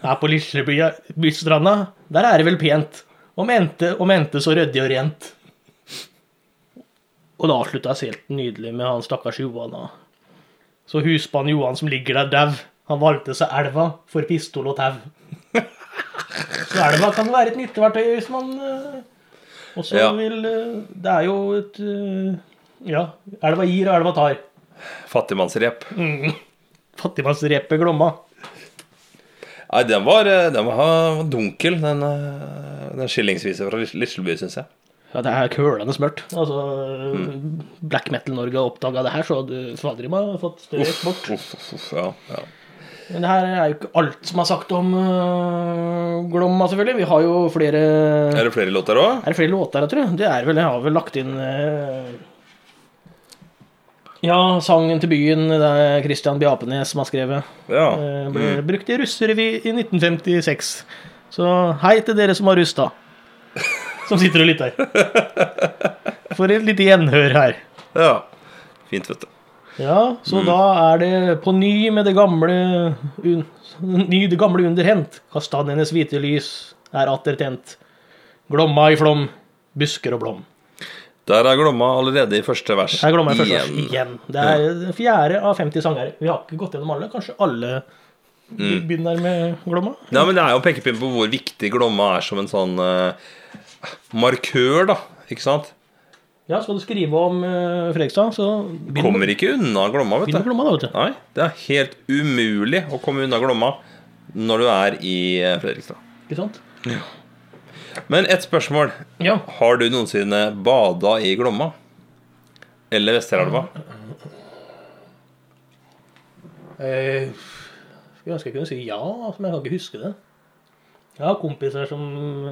Her på Lislebystranda, der er det vel pent. Om ente, om ente så ryddig og rent. Og det avsluttes helt nydelig med han stakkars Johan. da. Så husmann Johan som ligger der dau, han valgte seg elva for pistol og tau. Så elva kan være et nytteverktøy hvis man eh, og så
Ja.
vil eh, Det er jo et eh, Ja. Elva gir, og elva tar.
Fattigmannsrep.
Fattigmannsrepet Glomma.
Nei, den var, eh, den var dunkel, den, eh, den skillingsvise fra Lis- Lisleby, syns jeg.
Ja, det er kølende smørt. Altså,
Mm.
Black Metal-Norge har oppdaga det her, så du fader i meg har fått større eksport.
Uff, uff, uff, ja, ja.
Men det her er jo ikke alt som er sagt om eh, Glomma, selvfølgelig. Vi har jo flere
Er det flere låter òg?
Er det flere låter, jeg tror? Det er vel, Jeg har vel lagt inn eh, Ja, sangen til byen. Det er Christian Bjapenes som har skrevet.
Ja. Mm.
Eh, Ble brukt i russerevy i 1956. Så hei til dere som har rusta, som sitter og lytter. For et lite gjenhør her.
ja. Fint, vet du.
Ja,
Mm.
så da er det på ny med det gamle un, Ny det gamle underhendt. Kastanjenes hvite lys er atter tent. Glomma i flom, busker og blom.
Der er Glomma allerede i første vers.
Her er Glomma i første vers
igjen.
igjen. Det er den fjerde av 50 sanger. Vi har ikke gått gjennom alle. Kanskje alle
Mm.
begynner med Glomma?
Nei, men Det er jo en pekepinn på hvor viktig Glomma er som en sånn eh, markør, da. Ikke sant?
Ja, skal du skrive om eh, Fredrikstad, så begynn
Kommer ikke unna Glomma, vet
begynn med
du.
Glomma, da, vet du.
Nei, det er helt umulig å komme unna Glomma når du er i eh, Fredrikstad.
Ikke sant?
Men ett spørsmål.
Ja.
Har du noensinne bada i Glomma? Eller Vesterelva?
Eh, Skulle ønske jeg kunne si ja, men jeg kan ikke huske det. Jeg har kompiser som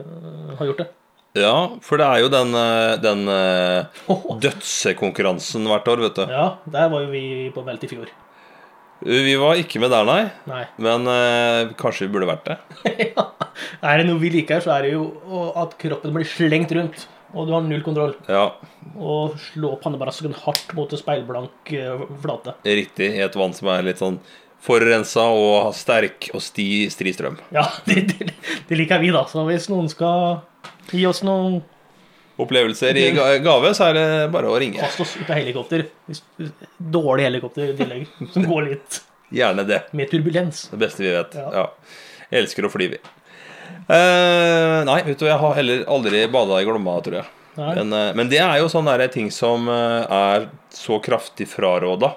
eh, har gjort det.
Ja, for det er jo den, eh, den eh, dødsekonkurransen hvert år, vet du.
Ja, der var jo vi på melt i fjor.
Vi var ikke med der, nei.
Nei.
Men eh, kanskje vi burde vært det.
ja. Er det noe vi liker, så er det jo å- at kroppen blir slengt rundt. Og du har null kontroll.
Ja,
Og slå pannebrasken hardt mot en speilblank eh, flate.
riktig. I et vann som er litt sånn forurensa og har sterk og sti, stri strøm.
Ja, det, det, det liker vi, da. Så hvis noen skal gi oss noe
Opplevelser i ga- gave, så er det bare å ringe.
Kast oss ut av helikopter. Hvis- Dårlig helikopter i tillegg, som går litt
Gjerne det.
med turbulens.
Det beste vi vet.
Ja.
Ja. Jeg elsker å fly, vi. Eh, nei, vet du, jeg har heller aldri bada i Glomma, tror jeg.
Nei.
Men, eh, men det er jo sånne der ting som eh, er så kraftig fraråda.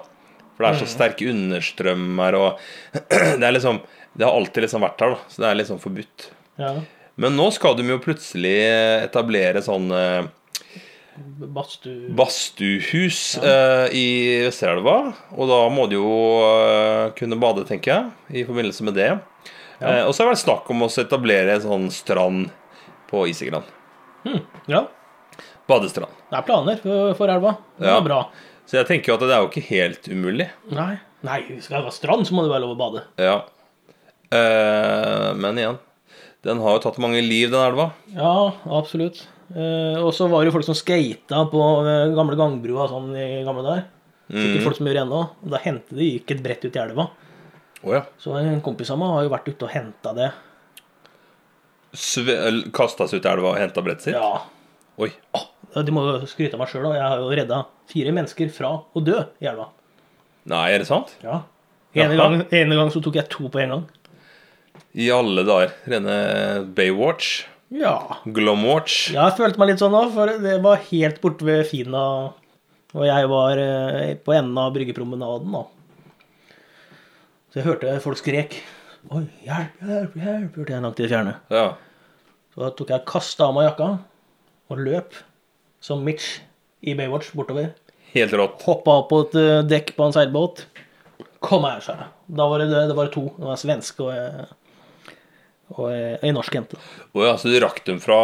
For det er så sterke understrømmer og Det er liksom Det har alltid liksom vært her, da. Så det er liksom forbudt.
Ja.
Men nå skal de jo plutselig etablere sånn eh,
Badstue
badstuehus eh, i Vesterelva. Og da må du jo eh, kunne bade, tenker jeg, i forbindelse med det. Eh, og så har det vært snakk om å etablere en sånn strand på Isegran.
Hm, Ja.
Badestrand.
Det er planer for, for elva. Det er
Ja.
bra.
Så jeg tenker jo at det er jo ikke helt umulig.
Nei. Nei, skal det være strand, så må det være lov å bade.
Ja. Eh, men igjen, den har jo tatt mange liv, den elva.
Ja, absolutt. Eh, og så var det jo folk som skata på eh, gamle gangbrua sånn i gamle dager.
Mhm.
Sikkert folk som gjør det ennå. Og da hentet de gikk et brett ut i elva.
Å ja.
Så en kompis av meg har jo vært ute og henta det.
Kasta seg ut i elva og henta brettet sitt?
Ja.
Oi. Ah,
Og De må jo skryte av meg sjøl, og jeg har jo redda fire mennesker fra å dø i elva.
Nei, er det sant?
Ja. Ene
Jaha.
gang, ene gang så tok jeg to på en gang.
I alle dager. Rene Baywatch.
Ja.
Glomwatch.
Ja, jeg følte meg litt sånn òg, for det var helt borte ved Fina. Og jeg var eh, på enden av bryggepromenaden, da. Så jeg hørte folk skrek. Oi, hjelp, hjelp, hjelp, hørte jeg langt i det fjerne.
Ja.
Så da tok jeg kasta av meg jakka og løp som Mitch i Baywatch bortover.
Helt rått.
Hoppa opp på et eh, dekk på en seilbåt. Kom her, sa jeg. Da var det, det var to. Det var en svensk og, eh, og eh, en norsk jente.
Å ja, så du rakk dem fra,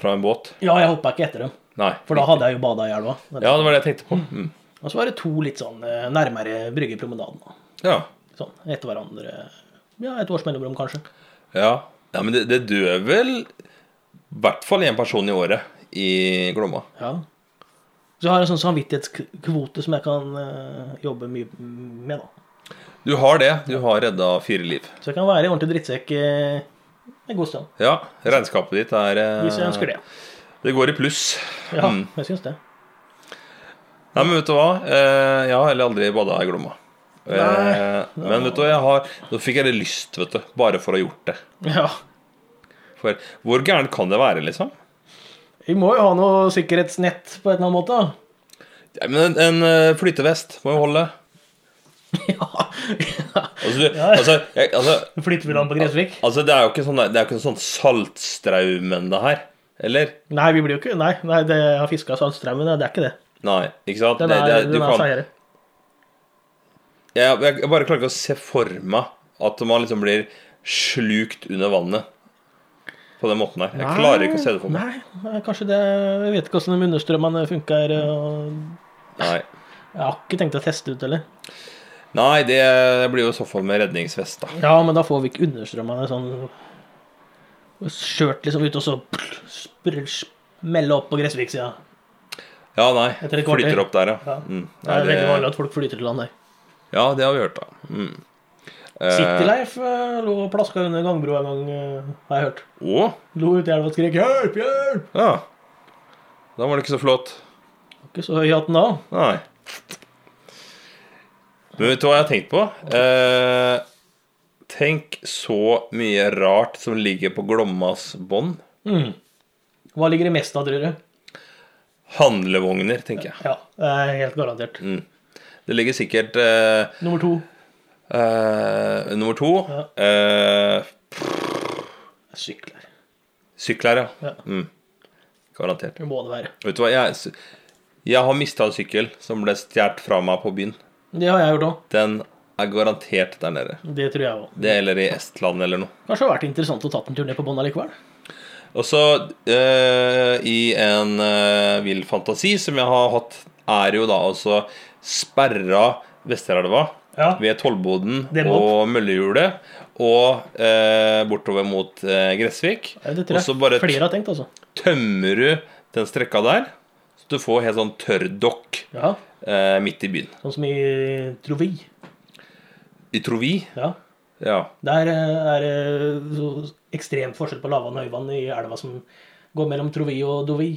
fra en båt?
Ja, jeg hoppa ikke etter dem,
Nei.
for da hadde jeg jo bada i elva.
Ja, det var det jeg tenkte på. Mm.
Og så var det to litt sånn eh, nærmere bryggepromenaden. da.
Ja.
Sånn etter hverandre. Ja, et års mellomrom, kanskje.
ja. Ja, men det, det dør vel i hvert fall én person i året i Glomma.
Ja. Så jeg har en sånn samvittighetskvote som jeg kan eh, jobbe mye med, da.
Du har det. Du har redda fire liv.
Så jeg kan være en ordentlig drittsekk eh, en god stund.
Ja. Regnskapet ditt er eh,
Hvis jeg ønsker det.
Det går i pluss.
Ja,
Mm.
jeg syns det.
Nei, men vet du hva? Eh, jeg har heller aldri bada i Glomma. Eh,
Nei.
Men vet du hva, jeg har Nå fikk jeg litt lyst, vet du. Bare for å ha gjort det.
Ja.
For hvor gærent kan det være, liksom?
Vi må jo ha noe sikkerhetsnett på en eller annen måte. da.
Ja, men en, en eh, flytevest må jo holde.
ja.
Altså, du, altså, jeg, altså
Flytter vi land på Gressvik?
Altså, det er jo ikke sånn, det er jo ikke sånn saltstraumen, det her. Eller?
Nei, vi blir jo ikke Nei, nei det, jeg har fiska saltstraumen, det er ikke det.
Nei, ikke sant?
Den
Det-
er,
det- du
den er
kan-
seigere.
jeg, jeg bare klarer ikke å se for meg at man liksom blir slukt under vannet på den måten her. Jeg klarer ikke å se det for meg.
Nei, nei, kanskje det Jeg vet ikke hvordan de understrømmene funker. Og
Nei.
jeg har ikke tenkt å teste ut heller.
Nei, det blir jo i så fall med redningsvest, da.
Ja, men da får vi ikke understrømmene sånn skjørt liksom ut, og så spr- smelle opp på Gressvik-sida.
Ja, nei.
Etter et kvarter.
Flytter opp der, ja.
Ja.
Mm.
Det er veldig vanlig
det,
at folk flyter til land der.
ja, det har vi hørt, da. Mm. Eh,
Cityleif eh, lå og plaska under gangbroa en gang, eh, har jeg hørt.
å,
Lo ut i elva og skrek 'hjelp, hjelp'!
ja. Da var det ikke så flott.
Ikke så høy i hatten da.
Nei. Men vet du hva jeg har tenkt på? Eh, tenk så mye rart som ligger på Glommas bånd.
Mm. Hva ligger det mest av, tror du?
Handlevogner, tenker jeg.
Ja, det er helt garantert.
Mm. Det ligger sikkert eh,
Nummer to
eh, nummer to.
Ja.
Eh,
sykler.
sykler, ja.
Ja.
Mm. Garantert.
Det må det være.
Vet du hva, jeg, jeg har mista en sykkel som ble stjålet fra meg på byen.
Det har jeg gjort òg.
Den er garantert der nede.
Det tror jeg òg.
Det eller i Estland eller noe.
Kanskje det hadde vært interessant å tatt en turné på bånn allikevel.
Og så eh, i en eh, vill fantasi som jeg har hatt, er jo da altså sperra Vesterelva
Ja.
ved Tollboden
Det må
og Møllehjulet og eh, bortover mot eh, Gressvik.
Det
Og
tror
så
jeg
bare
flere har tenkt, altså.
tømmer du den strekka der, så du får helt sånn tørrdokk
Ja,
eh, midt i byen.
Sånn som i Trovi.
I Trovi.
Ja.
Ja.
Der eh, er det så ekstremt forskjell på lavvann og høyvann i elva som går mellom Trovi og Dovi.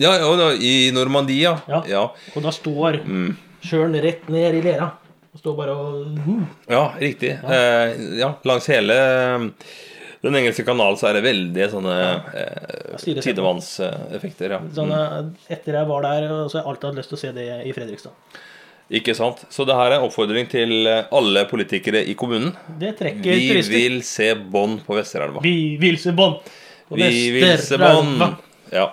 Ja, ja, da, I Normandie, ja.
Ja.
ja.
Og da står
Mm.
sjøen rett ned i lera. Og står bare og mm.
Ja, riktig. Ja. Eh, ja, langs hele eh, den engelske kanalen så er det veldig sånne eh,
styrer seg.
tidevannseffekter. Ja.
sånn, eh, Etter jeg var der, så har jeg alltid hatt lyst til å se det i Fredrikstad.
Ikke sant? Så det her er en oppfordring til eh, alle politikere i kommunen.
Det trekker
Vi
turister.
vil se bånd på Vesterelva.
Vi vil se bånd! på
Vi vil se bånd!
Vesterelva.
Ja.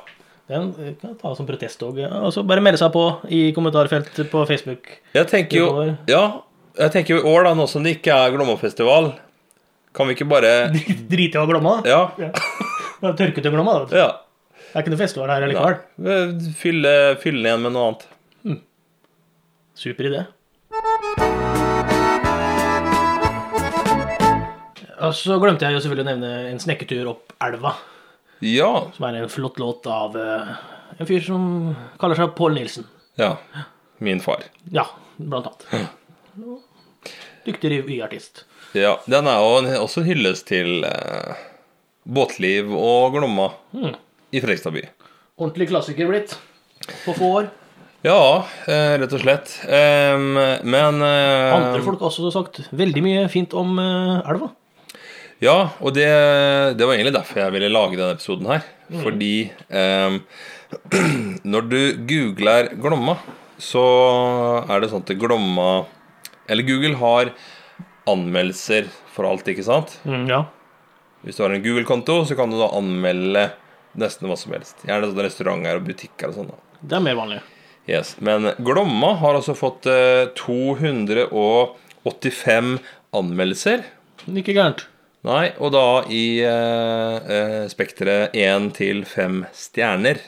Den eh, kan jeg ta som protesttog. ja. Og så bare melde seg på i kommentarfeltet på Facebook.
Jeg tenker jo
Utover.
Ja, jeg tenker jo i år, da, nå som det ikke er Glommafestival, kan vi ikke bare
Drit i å ha Glomma.
Ja.
Ja. Det er Tørkete Glomma. da.
ja.
Det er ikke noe festival her
Nei. Eh,
likevel.
Fylle, fylle den igjen med noe annet.
Super idé. Og så glemte jeg jo selvfølgelig å nevne En snekkertur opp elva,
Ja.
som er en flott låt av eh, en fyr som kaller seg Pål Nilsen.
ja. Min far.
Ja, blant annet. Dyktig revyartist.
Ja, den er jo en, også en hyllest til eh, båtliv og Glomma
Hmm.
i Fredrikstad by.
Ordentlig klassiker blitt på få år.
Ja, eh, rett og slett. Em, men eh,
Andre folk har også sagt veldig mye fint om eh, elva.
Ja, og det, det var egentlig derfor jeg ville lage denne episoden her.
Hmm.
Fordi em, når du googler Glomma, så er det sånn at Glomma Eller Google har anmeldelser for alt, ikke sant?
Mm, ja.
Hvis du har en Google-konto, så kan du da anmelde nesten hva som helst. Gjerne sånne restauranter og butikker og sånn. da.
Det er mer vanlig.
Yes, Men Glomma har altså fått eh, 285 anmeldelser.
Ikke gærent.
Nei, og da i eh, eh, spekteret 1 til 5 stjerner.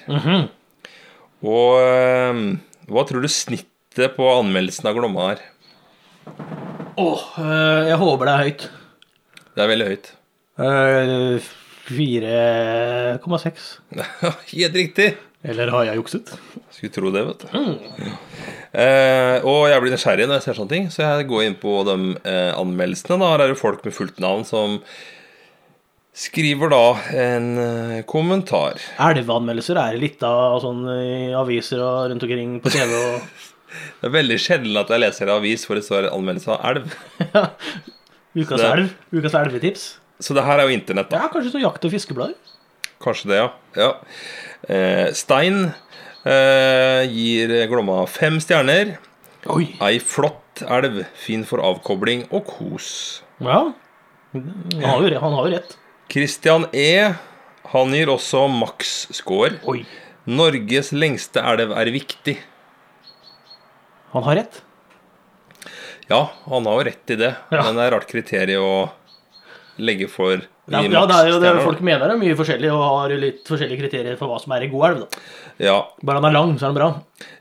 Og eh, hva tror du snittet på anmeldelsen av Glomma er?
Åh, eh, jeg håper det er høyt.
Det er veldig høyt.
Eh, 4,6.
Helt riktig!
Eller har jeg jukset?
Skulle tro det, vet du. Eh, og jeg blir nysgjerrig når jeg ser sånne ting, så jeg går inn på de eh, anmeldelsene. Da Her er det folk med fullt navn som skriver da en eh, kommentar.
Elveanmeldelser er litt av sånn i aviser og rundt omkring på TV og
Det er veldig sjelden at jeg leser en avis hvor det står anmeldelse av elv.
Ja. Ukas
Det-
elv. Ukas elvetips.
Så det her er jo internett, da.
Ja, kanskje sånn jakt- og fiskeblader.
Kanskje det, ja. ja. Eh, Stein eh, gir Glomma fem stjerner.
Oi.
Ei flott elv, fin for avkobling og kos.
Ja. Han har jo, re- han har jo rett.
Christian E. Han gir også maksscore.
Oi.
Norges lengste elv er viktig.
Han har rett.
Ja, han har jo rett i det,
Ja.
men det er rart kriterium å legge for
Ja,
i
ja, det er jo det
maksstjerner, da.
folk mener er mye forskjellig, og har litt forskjellige kriterier for hva som er en god elv. da.
Ja,
Bare han er lang, så er han bra.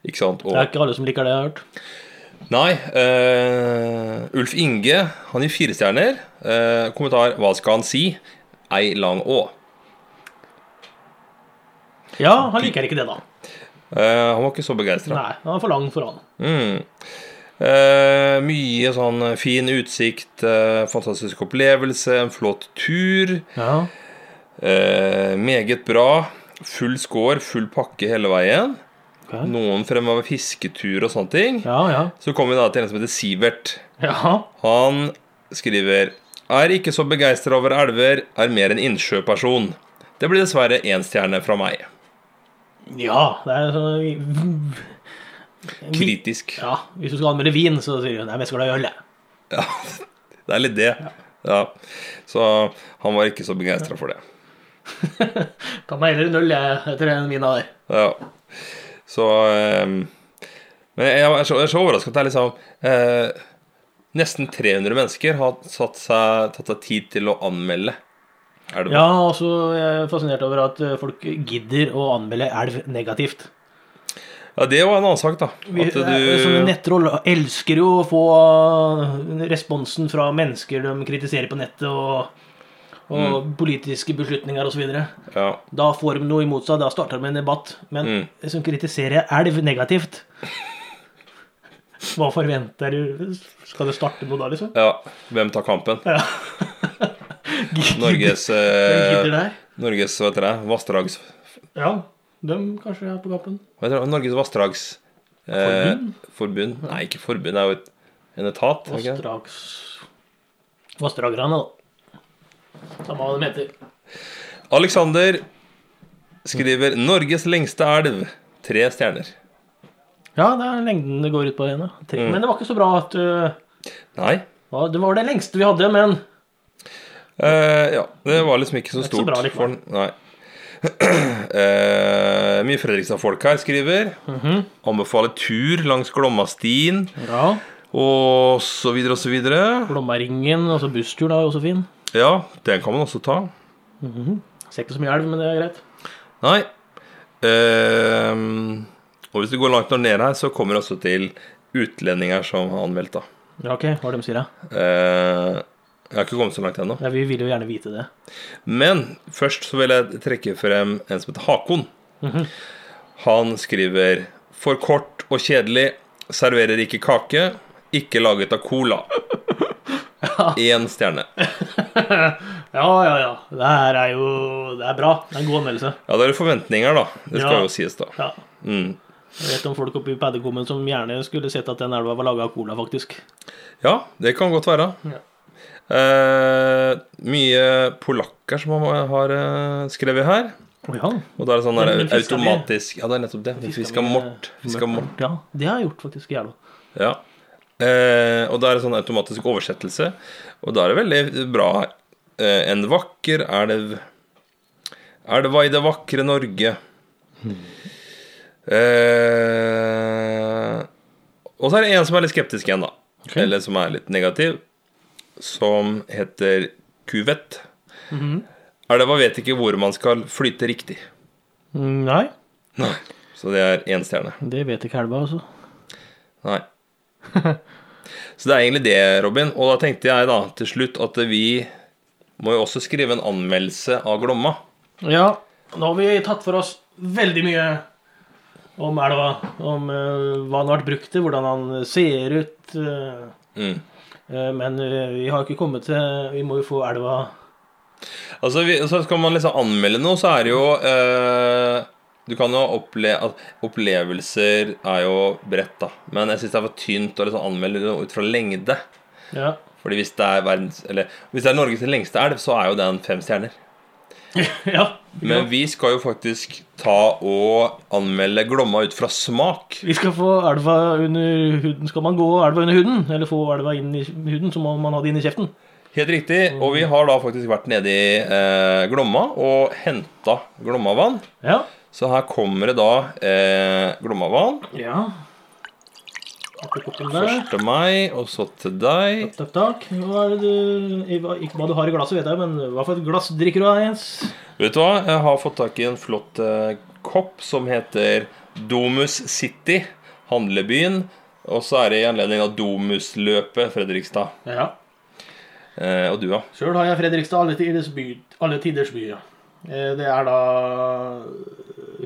ikke sant. Og,
Det er ikke alle som liker det, jeg har hørt.
Nei. eh, Ulf Inge, han gir fire stjerner. Eh, kommentar 'Hva skal han si?' Ei lang å.
Ja, han liker ikke det, da.
Eh, han var ikke så begeistra.
Nei, han er for lang for han.
Mm. Eh, mye sånn fin utsikt, eh, fantastisk opplevelse, en flott tur.
Ja.
Eh, meget bra. Full score, full pakke hele veien.
Ok.
Noen fremhever fisketur og sånne ting.
Ja, ja.
Så kommer vi da til en som heter Sivert.
Ja,
Han skriver Er ikke så begeistra over elver, er mer en innsjøperson. Det blir dessverre én stjerne fra meg.
ja det er sånn
Kritisk.
Ja, Hvis du skal anmelde vin, så sier du jeg er mest glad i øl. jeg».
Ja, det er litt det. Ja. Så han var ikke så begeistra for det.
Ta meg heller en øl jeg, etter den vina der.
Ja. ehm, Så eh, Men jeg er så, jeg er så overraska at det er liksom eh, Nesten 300 mennesker har satt seg, tatt seg tid til å anmelde. Er det
Ja, også jeg er fascinert over at eh, folk gidder å anmelde elv negativt.
Ja, det var en annen sak, da.
Vi,
At
eh, Sånne
du
nettroll elsker jo å få eh, responsen fra mennesker de kritiserer på nettet, og, og politiske beslutninger osv.
ja.
Da får de noe imot seg, da starter de en debatt. Men
Mm.
som kritiserer elv negativt Hva forventer du? Skal det starte noe da, liksom?
ja. Hvem tar kampen?
Ja.
Norges
Hvem gidder
eh,
der? Norges
Norges hva heter det? Vassdrags...
Ja, dem kanskje er på kampen.
Hva heter det? Norges vassdrags... Eh, forbund? Nei, ikke forbund. Det er jo et, en etat. er det ikke det?
Vassdrags... Vassdragerne, da. Samme hva de heter.
Alexander skriver 'Norges lengste elv'. Tre stjerner.
Ja, det er lengden det går ut på igjen, da. Tre.
Mm.
Men det var ikke så bra at øh,
Nei.
ja, Det var det lengste vi hadde, men
Eh, ja, det var liksom ikke så
Det er ikke så
stort.
bra likevel.
for den. Nei. Eh, mye Fredrikstad-folk her skriver.
Mhm.
Anbefaler tur langs Glommastien
Ja.
og så videre og så videre.
Glommaringen, altså bussturen, er jo også fin.
Ja, den kan man også ta.
Ser ikke så mye elv, men det er greit.
Nei. Eh, og hvis du går langt nok ned her, så kommer du også til utlendinger som har anmeldt, da.
Ja, ok, hva de sier, ja.
Eh, jeg har ikke kommet så langt ennå.
ja. Vi vil jo gjerne vite det.
Men først så vil jeg trekke frem en som heter Hakon. Han skriver For kort og kjedelig, serverer ikke kake, ikke laget av cola. Én stjerne.
Ja, ja, ja. Det her er jo Det er bra. Det er en god anmeldelse.
Ja, da er det forventninger, da. Det skal
Ja.
jo sies, da.
Ja.
Mm.
Jeg vet om folk oppe i Paddekommen som gjerne skulle sett at den elva var laga av cola, faktisk.
Ja, det kan godt være.
Ja.
Eh, mye polakker som har har, eh, skrevet her.
Å ja.
Og da er det sånn
Men-
der
men fisker vi-
automatisk Ja, det er nettopp det. Fiska mort. Fiska mort.
Ja, det har jeg gjort faktisk i Gjerlo.
Ja. Eh, og da er det sånn automatisk oversettelse. Og da er det veldig bra. Eh, en vakker elv. Elva i det vakre Norge. Eh, og så er det en som er litt skeptisk igjen, da. Eller som er litt negativ. Som heter kuvett. Elva vet ikke hvor man skal flyte riktig.
Mm, Nei,
Nei. Så det er én stjerne.
det vet ikke elva, altså.
Nei. Så det er egentlig det, Robin. Og da tenkte jeg da til slutt at vi må jo også skrive en anmeldelse av Glomma.
Ja, nå har vi tatt for oss veldig mye om elva. Om eh, hva den har vært brukt til, hvordan han ser ut. eh,
Mm.
eh, men eh, vi har ikke kommet til Vi må jo få elva
Altså, vi, så skal man liksom anmelde noe, så er det jo eh, Du kan jo opple at Opplevelser er jo bredt, da. Men jeg syns det er for tynt å liksom anmelde noe ut fra lengde.
Ja.
Fordi hvis det er verdens Eller hvis det er Norges lengste elv, så er jo den fem stjerner.
ja.
Men vi skal jo faktisk ta og anmelde Glomma ut fra smak.
Vi skal få elva under huden. Skal man gå elva under huden, eller få elva inn i huden, så må man ha det inn i kjeften.
Helt riktig. Og vi har da faktisk vært nede i eh, Glomma og henta Glommavann.
Ja.
Så her kommer det da eh, Glommavann.
ja. Opp i koppen der.
Først til meg, og så til deg.
Takk, takk. Hva er det du, hva- ikke hva du har i glasset, vet jeg, men hva for et glass drikker du av, Jens?
Vet du hva? Jeg har fått tak i en flott eh, kopp som heter Domus City, handlebyen. Og så er det i anledning av Domusløpet, Fredrikstad.
Ja.
Eh, og du, ja?
Sjøl har jeg Fredrikstad alle tiders by. Alle tiders by ja. Eh, Det er da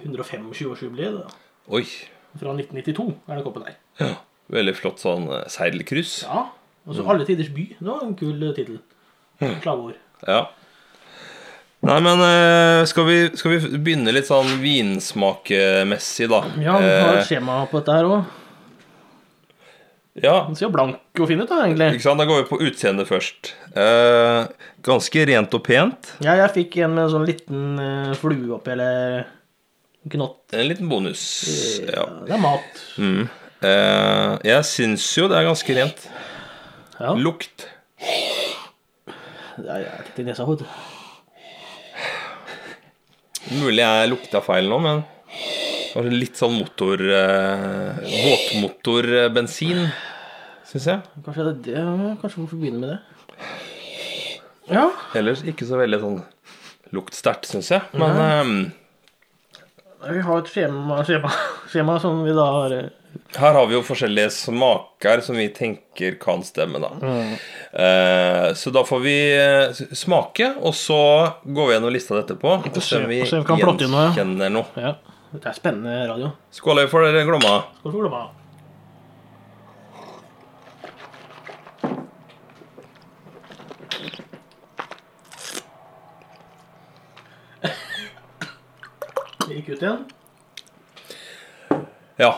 125-årsjubileet da.
Oi.
fra 1992, er den koppen der.
Ja. Veldig flott sånn eh, seilkrus.
Ja. Og så Alle tiders by. Det var en kul eh, tittel. Slagord.
Ja. Nei, men eh, skal vi, skal vi begynne litt sånn vinsmakemessig, da?
Ja, vi har et
Eh,
skjema på dette her òg.
ja.
Den ser jo blank og fin ut, da, egentlig.
Ikke sant? Da går vi på utseendet først. Eh, ganske rent og pent.
Ja, jeg fikk en med en sånn liten eh, flue oppi, eller knott.
En liten bonus. Ja.
Det er mat.
Mm. Eh, jeg syns jo det er ganske rent.
Ja.
Lukt.
Det er- Jeg tenkte nesa hodet.
Mulig jeg lukta feil nå, men det var litt sånn motor eh, Båtmotorbensin syns jeg.
Kanskje, det, det, ja, kanskje hvorfor begynne med det? Ja.
Ellers ikke så veldig sånn lukt sterkt, syns jeg. Men ehm,
Vi har et skjema, skjema, skjema som vi da har eh,
her har vi jo forskjellige smaker som vi tenker kan stemme, da.
Mm.
Eh, så da får vi eh, s- smake, og så går vi gjennom lista etterpå. Og
se-
se om vi
og se om vi kan plotte inn noe, ja.
gjenkjenner noe.
Ja. Dette er spennende radio.
Skål for dere, Glomma.
Skål for glomma. Det gikk ut igjen.
Ja.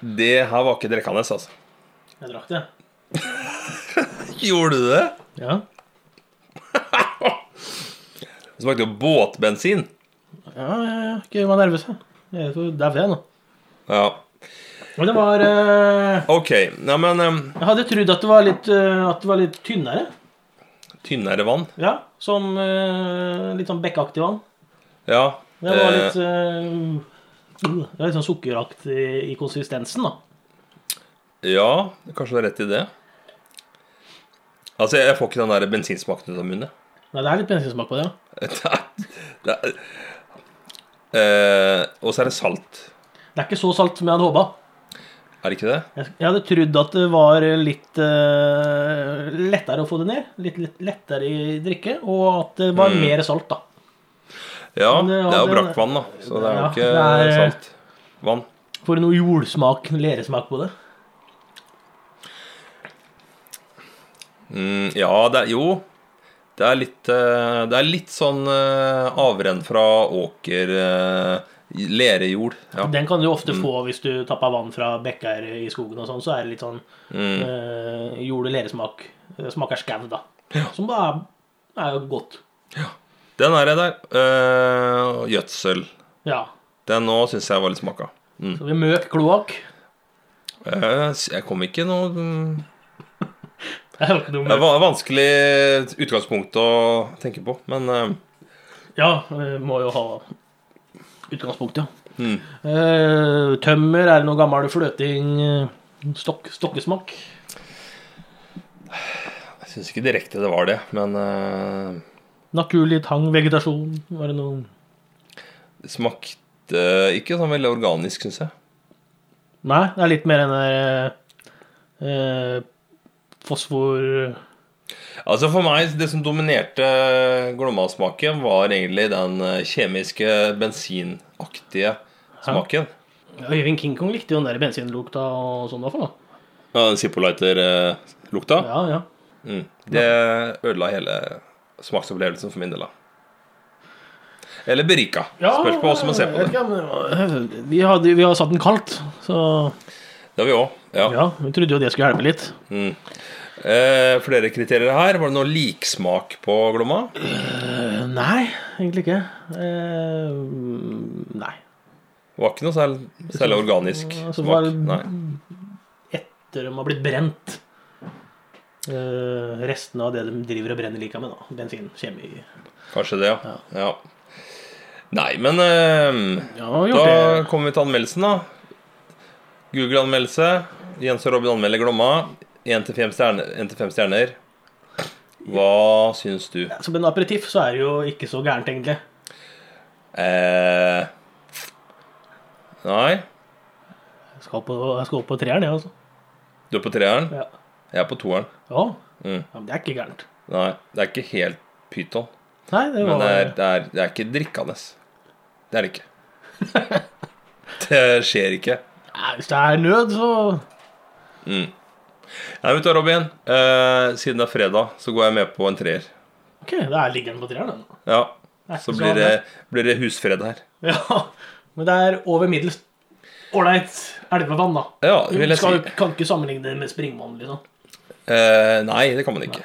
Det her var ikke drikkende, altså.
Jeg drakk det.
Gjorde du det?
Ja.
Det smakte jo båtbensin.
Ja, ja, ja. Ikke vær nervøs. jeg. Jeg er så dau, jeg nå.
Ja.
Men det var eh,
Ok. Nei, men um,
Jeg hadde trodd at det var litt, eh, at det var litt tynnere.
tynnere vann.
Ja. Som eh, litt sånn bekkaktig vann.
Ja.
Det var
eh,
litt eh, Det var litt sånn sukkeraktig i konsistensen, da.
Eh, Ja, kanskje du har rett i det. Altså, jeg får ikke den der bensinsmaken ut av munnen. jeg.
Nei, det er litt bensinsmak på det, ja.
Det er, det er, eh, og så er det salt.
Det er ikke så salt som jeg hadde håpa.
Er det ikke det?
Jeg jeg hadde trodd at det var litt eh, lettere å få det ned. Litt, litt lettere i drikke, og at det
Mm.
var mer salt, da.
Ja,
Men
det
det
er jo
hadde-
brakkvann, da. Så det er jo
Ja,
ikke
det er-
salt. Vann.
Får noe jordsmak, leresmak på det.
Mm, ja, det er jo det er, litt, eh, det er litt sånn eh, avrenn fra åker eh, Lerejord. Ja. Mm.
Den kan du ofte få hvis du tapper vann fra bekker i skogen og sånn, så er det litt sånn
Mm.
eh, jord- og leresmak. Det smaker skau, da. Som da er, er jo godt.
Den er jeg der. Eh, gjødsel.
Ja.
Den nå syns jeg var litt smaka. Mm.
Så vi møk kloakk.
Eh, jeg kom ikke noe mm,
Det er jo ikke noe
Det er
møk.
va- vanskelig utgangspunkt å tenke på, men eh,
Ja, vi må jo ha utgangspunkt, ja.
Mm.
Eh, tømmer, er det noe gammel fløting? eh, Stokk, stokkesmak?
Jeg syns ikke direkte det var det, men eh,
Naturlig tang, vegetasjon? Var det noe
det smakte ikke sånn veldig organisk, syns jeg.
Nei, det er litt mer den der eh, fosfor... eh.
Altså For meg, det som dominerte Glomma-smaken, var egentlig den eh, kjemiske, bensinaktige smaken.
Ja, Øyvind King Kong likte jo den der bensinlukta og sånn, i hvert fall. da.
Ja, den eh, Zippoliter-lukta.
Ja, ja.
Mm. Det ødela hele smaksopplevelsen for min del, da. Eller berika. Spørs på hvordan man ser på det.
det. Vi, hadde, vi har satt den kaldt, så
Det har vi òg. Ja.
ja, vi trodde jo det skulle hjelpe litt.
Eh, flere kriterier her. Var det noe liksmak på Glomma?
Eh, nei, egentlig ikke. Eh, nei.
Det var ikke noe særlig, særlig organisk
Altså,
smak.
var-
Nei.
Etter de har blitt brent. Eh, restene av det de driver og brenner like med, da. Bensin, kjemi
Kanskje det, ja. ja. Nei, men eh,
Ja, vi har
da
gjort det.
kommer vi til anmeldelsen, da. Google-anmeldelse. Jens og Robin anmelder Glomma. Én til fem stjerner. En til fem stjerner. Hva syns du?
Som en aperitiff så er det jo ikke så gærent, egentlig.
Eh, nei,
Jeg skal opp på, jeg skal opp på treeren, jeg, altså.
du er på treeren.
Ja.
Jeg er på toeren.
Ja.
Mm.
ja, men det er ikke gærent.
Nei, det er ikke helt pyton.
Nei, det var
Men det er, det er, det er ikke drikkende. Det er det ikke. Det skjer ikke.
Nei, Hvis det er nød, så
Nei, vet du, Robin. Eh, siden det er fredag, så går jeg med på en treer.
OK, da er ligger den på treeren, den.
Ja.
Det er
Så
ikke
blir det, blir det husfred her.
Ja, men det er over middels ålreit elvevann, da.
Ja,
Du
det vil jeg si.
skal, kan ikke sammenligne det med springvann, liksom.
Eh, nei, det kan man ikke.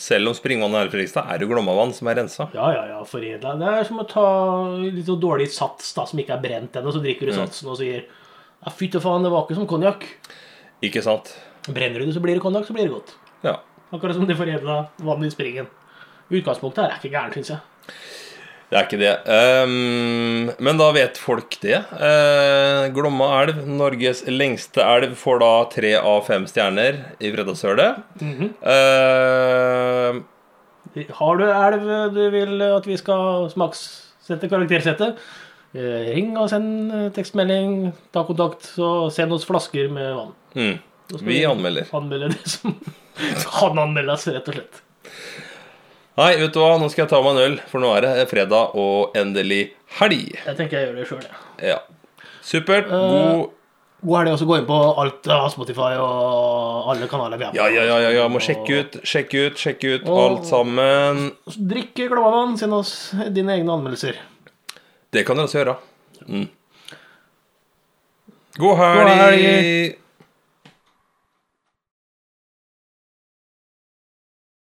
Selv om springvannet her i Fredrikstad er det Glommavann som er rensa.
Ja, ja, ja, foredla. Det er som å ta litt sånn dårlig sats da, som ikke er brent ennå, så drikker du satsen og sier ja, fytte faen, det var ikke som konjakk.
Ikke sant?
Brenner du det, så blir det konjakk, så blir det godt.
Ja.
Akkurat som det foredla vannet i springen. Utgangspunktet her er ikke gærent, syns jeg.
Det er ikke det. Ehm, men da vet folk det. Eh, Glomma elv, Norges lengste elv, får da tre av fem stjerner i Fredagshølet. Ehm,
Har du elv du vil at vi skal smakssette karaktersette, eh, ring og send eh, tekstmelding, ta kontakt, så send oss flasker med vann.
mm,
Så skal
vi anmelder.
Anmelde det som Han anmeldes, rett og slett.
Nei, vet du hva, nå skal jeg ta meg en øl, for nå er det fredag og endelig helg.
Jeg tenker jeg gjør det sjøl, jeg.
Ja.
Eh.
Supert. God
God helg, og så gå inn på alt av Spotify og alle kanaler vi har. på.
Ja, ja, ja, ja, ja. må sjekke ut, sjekke ut, sjekke ut alt sammen.
Og Drikk Glommavann, send oss dine egne anmeldelser.
Det kan dere også gjøre. Mm. God
God
helg!
helg!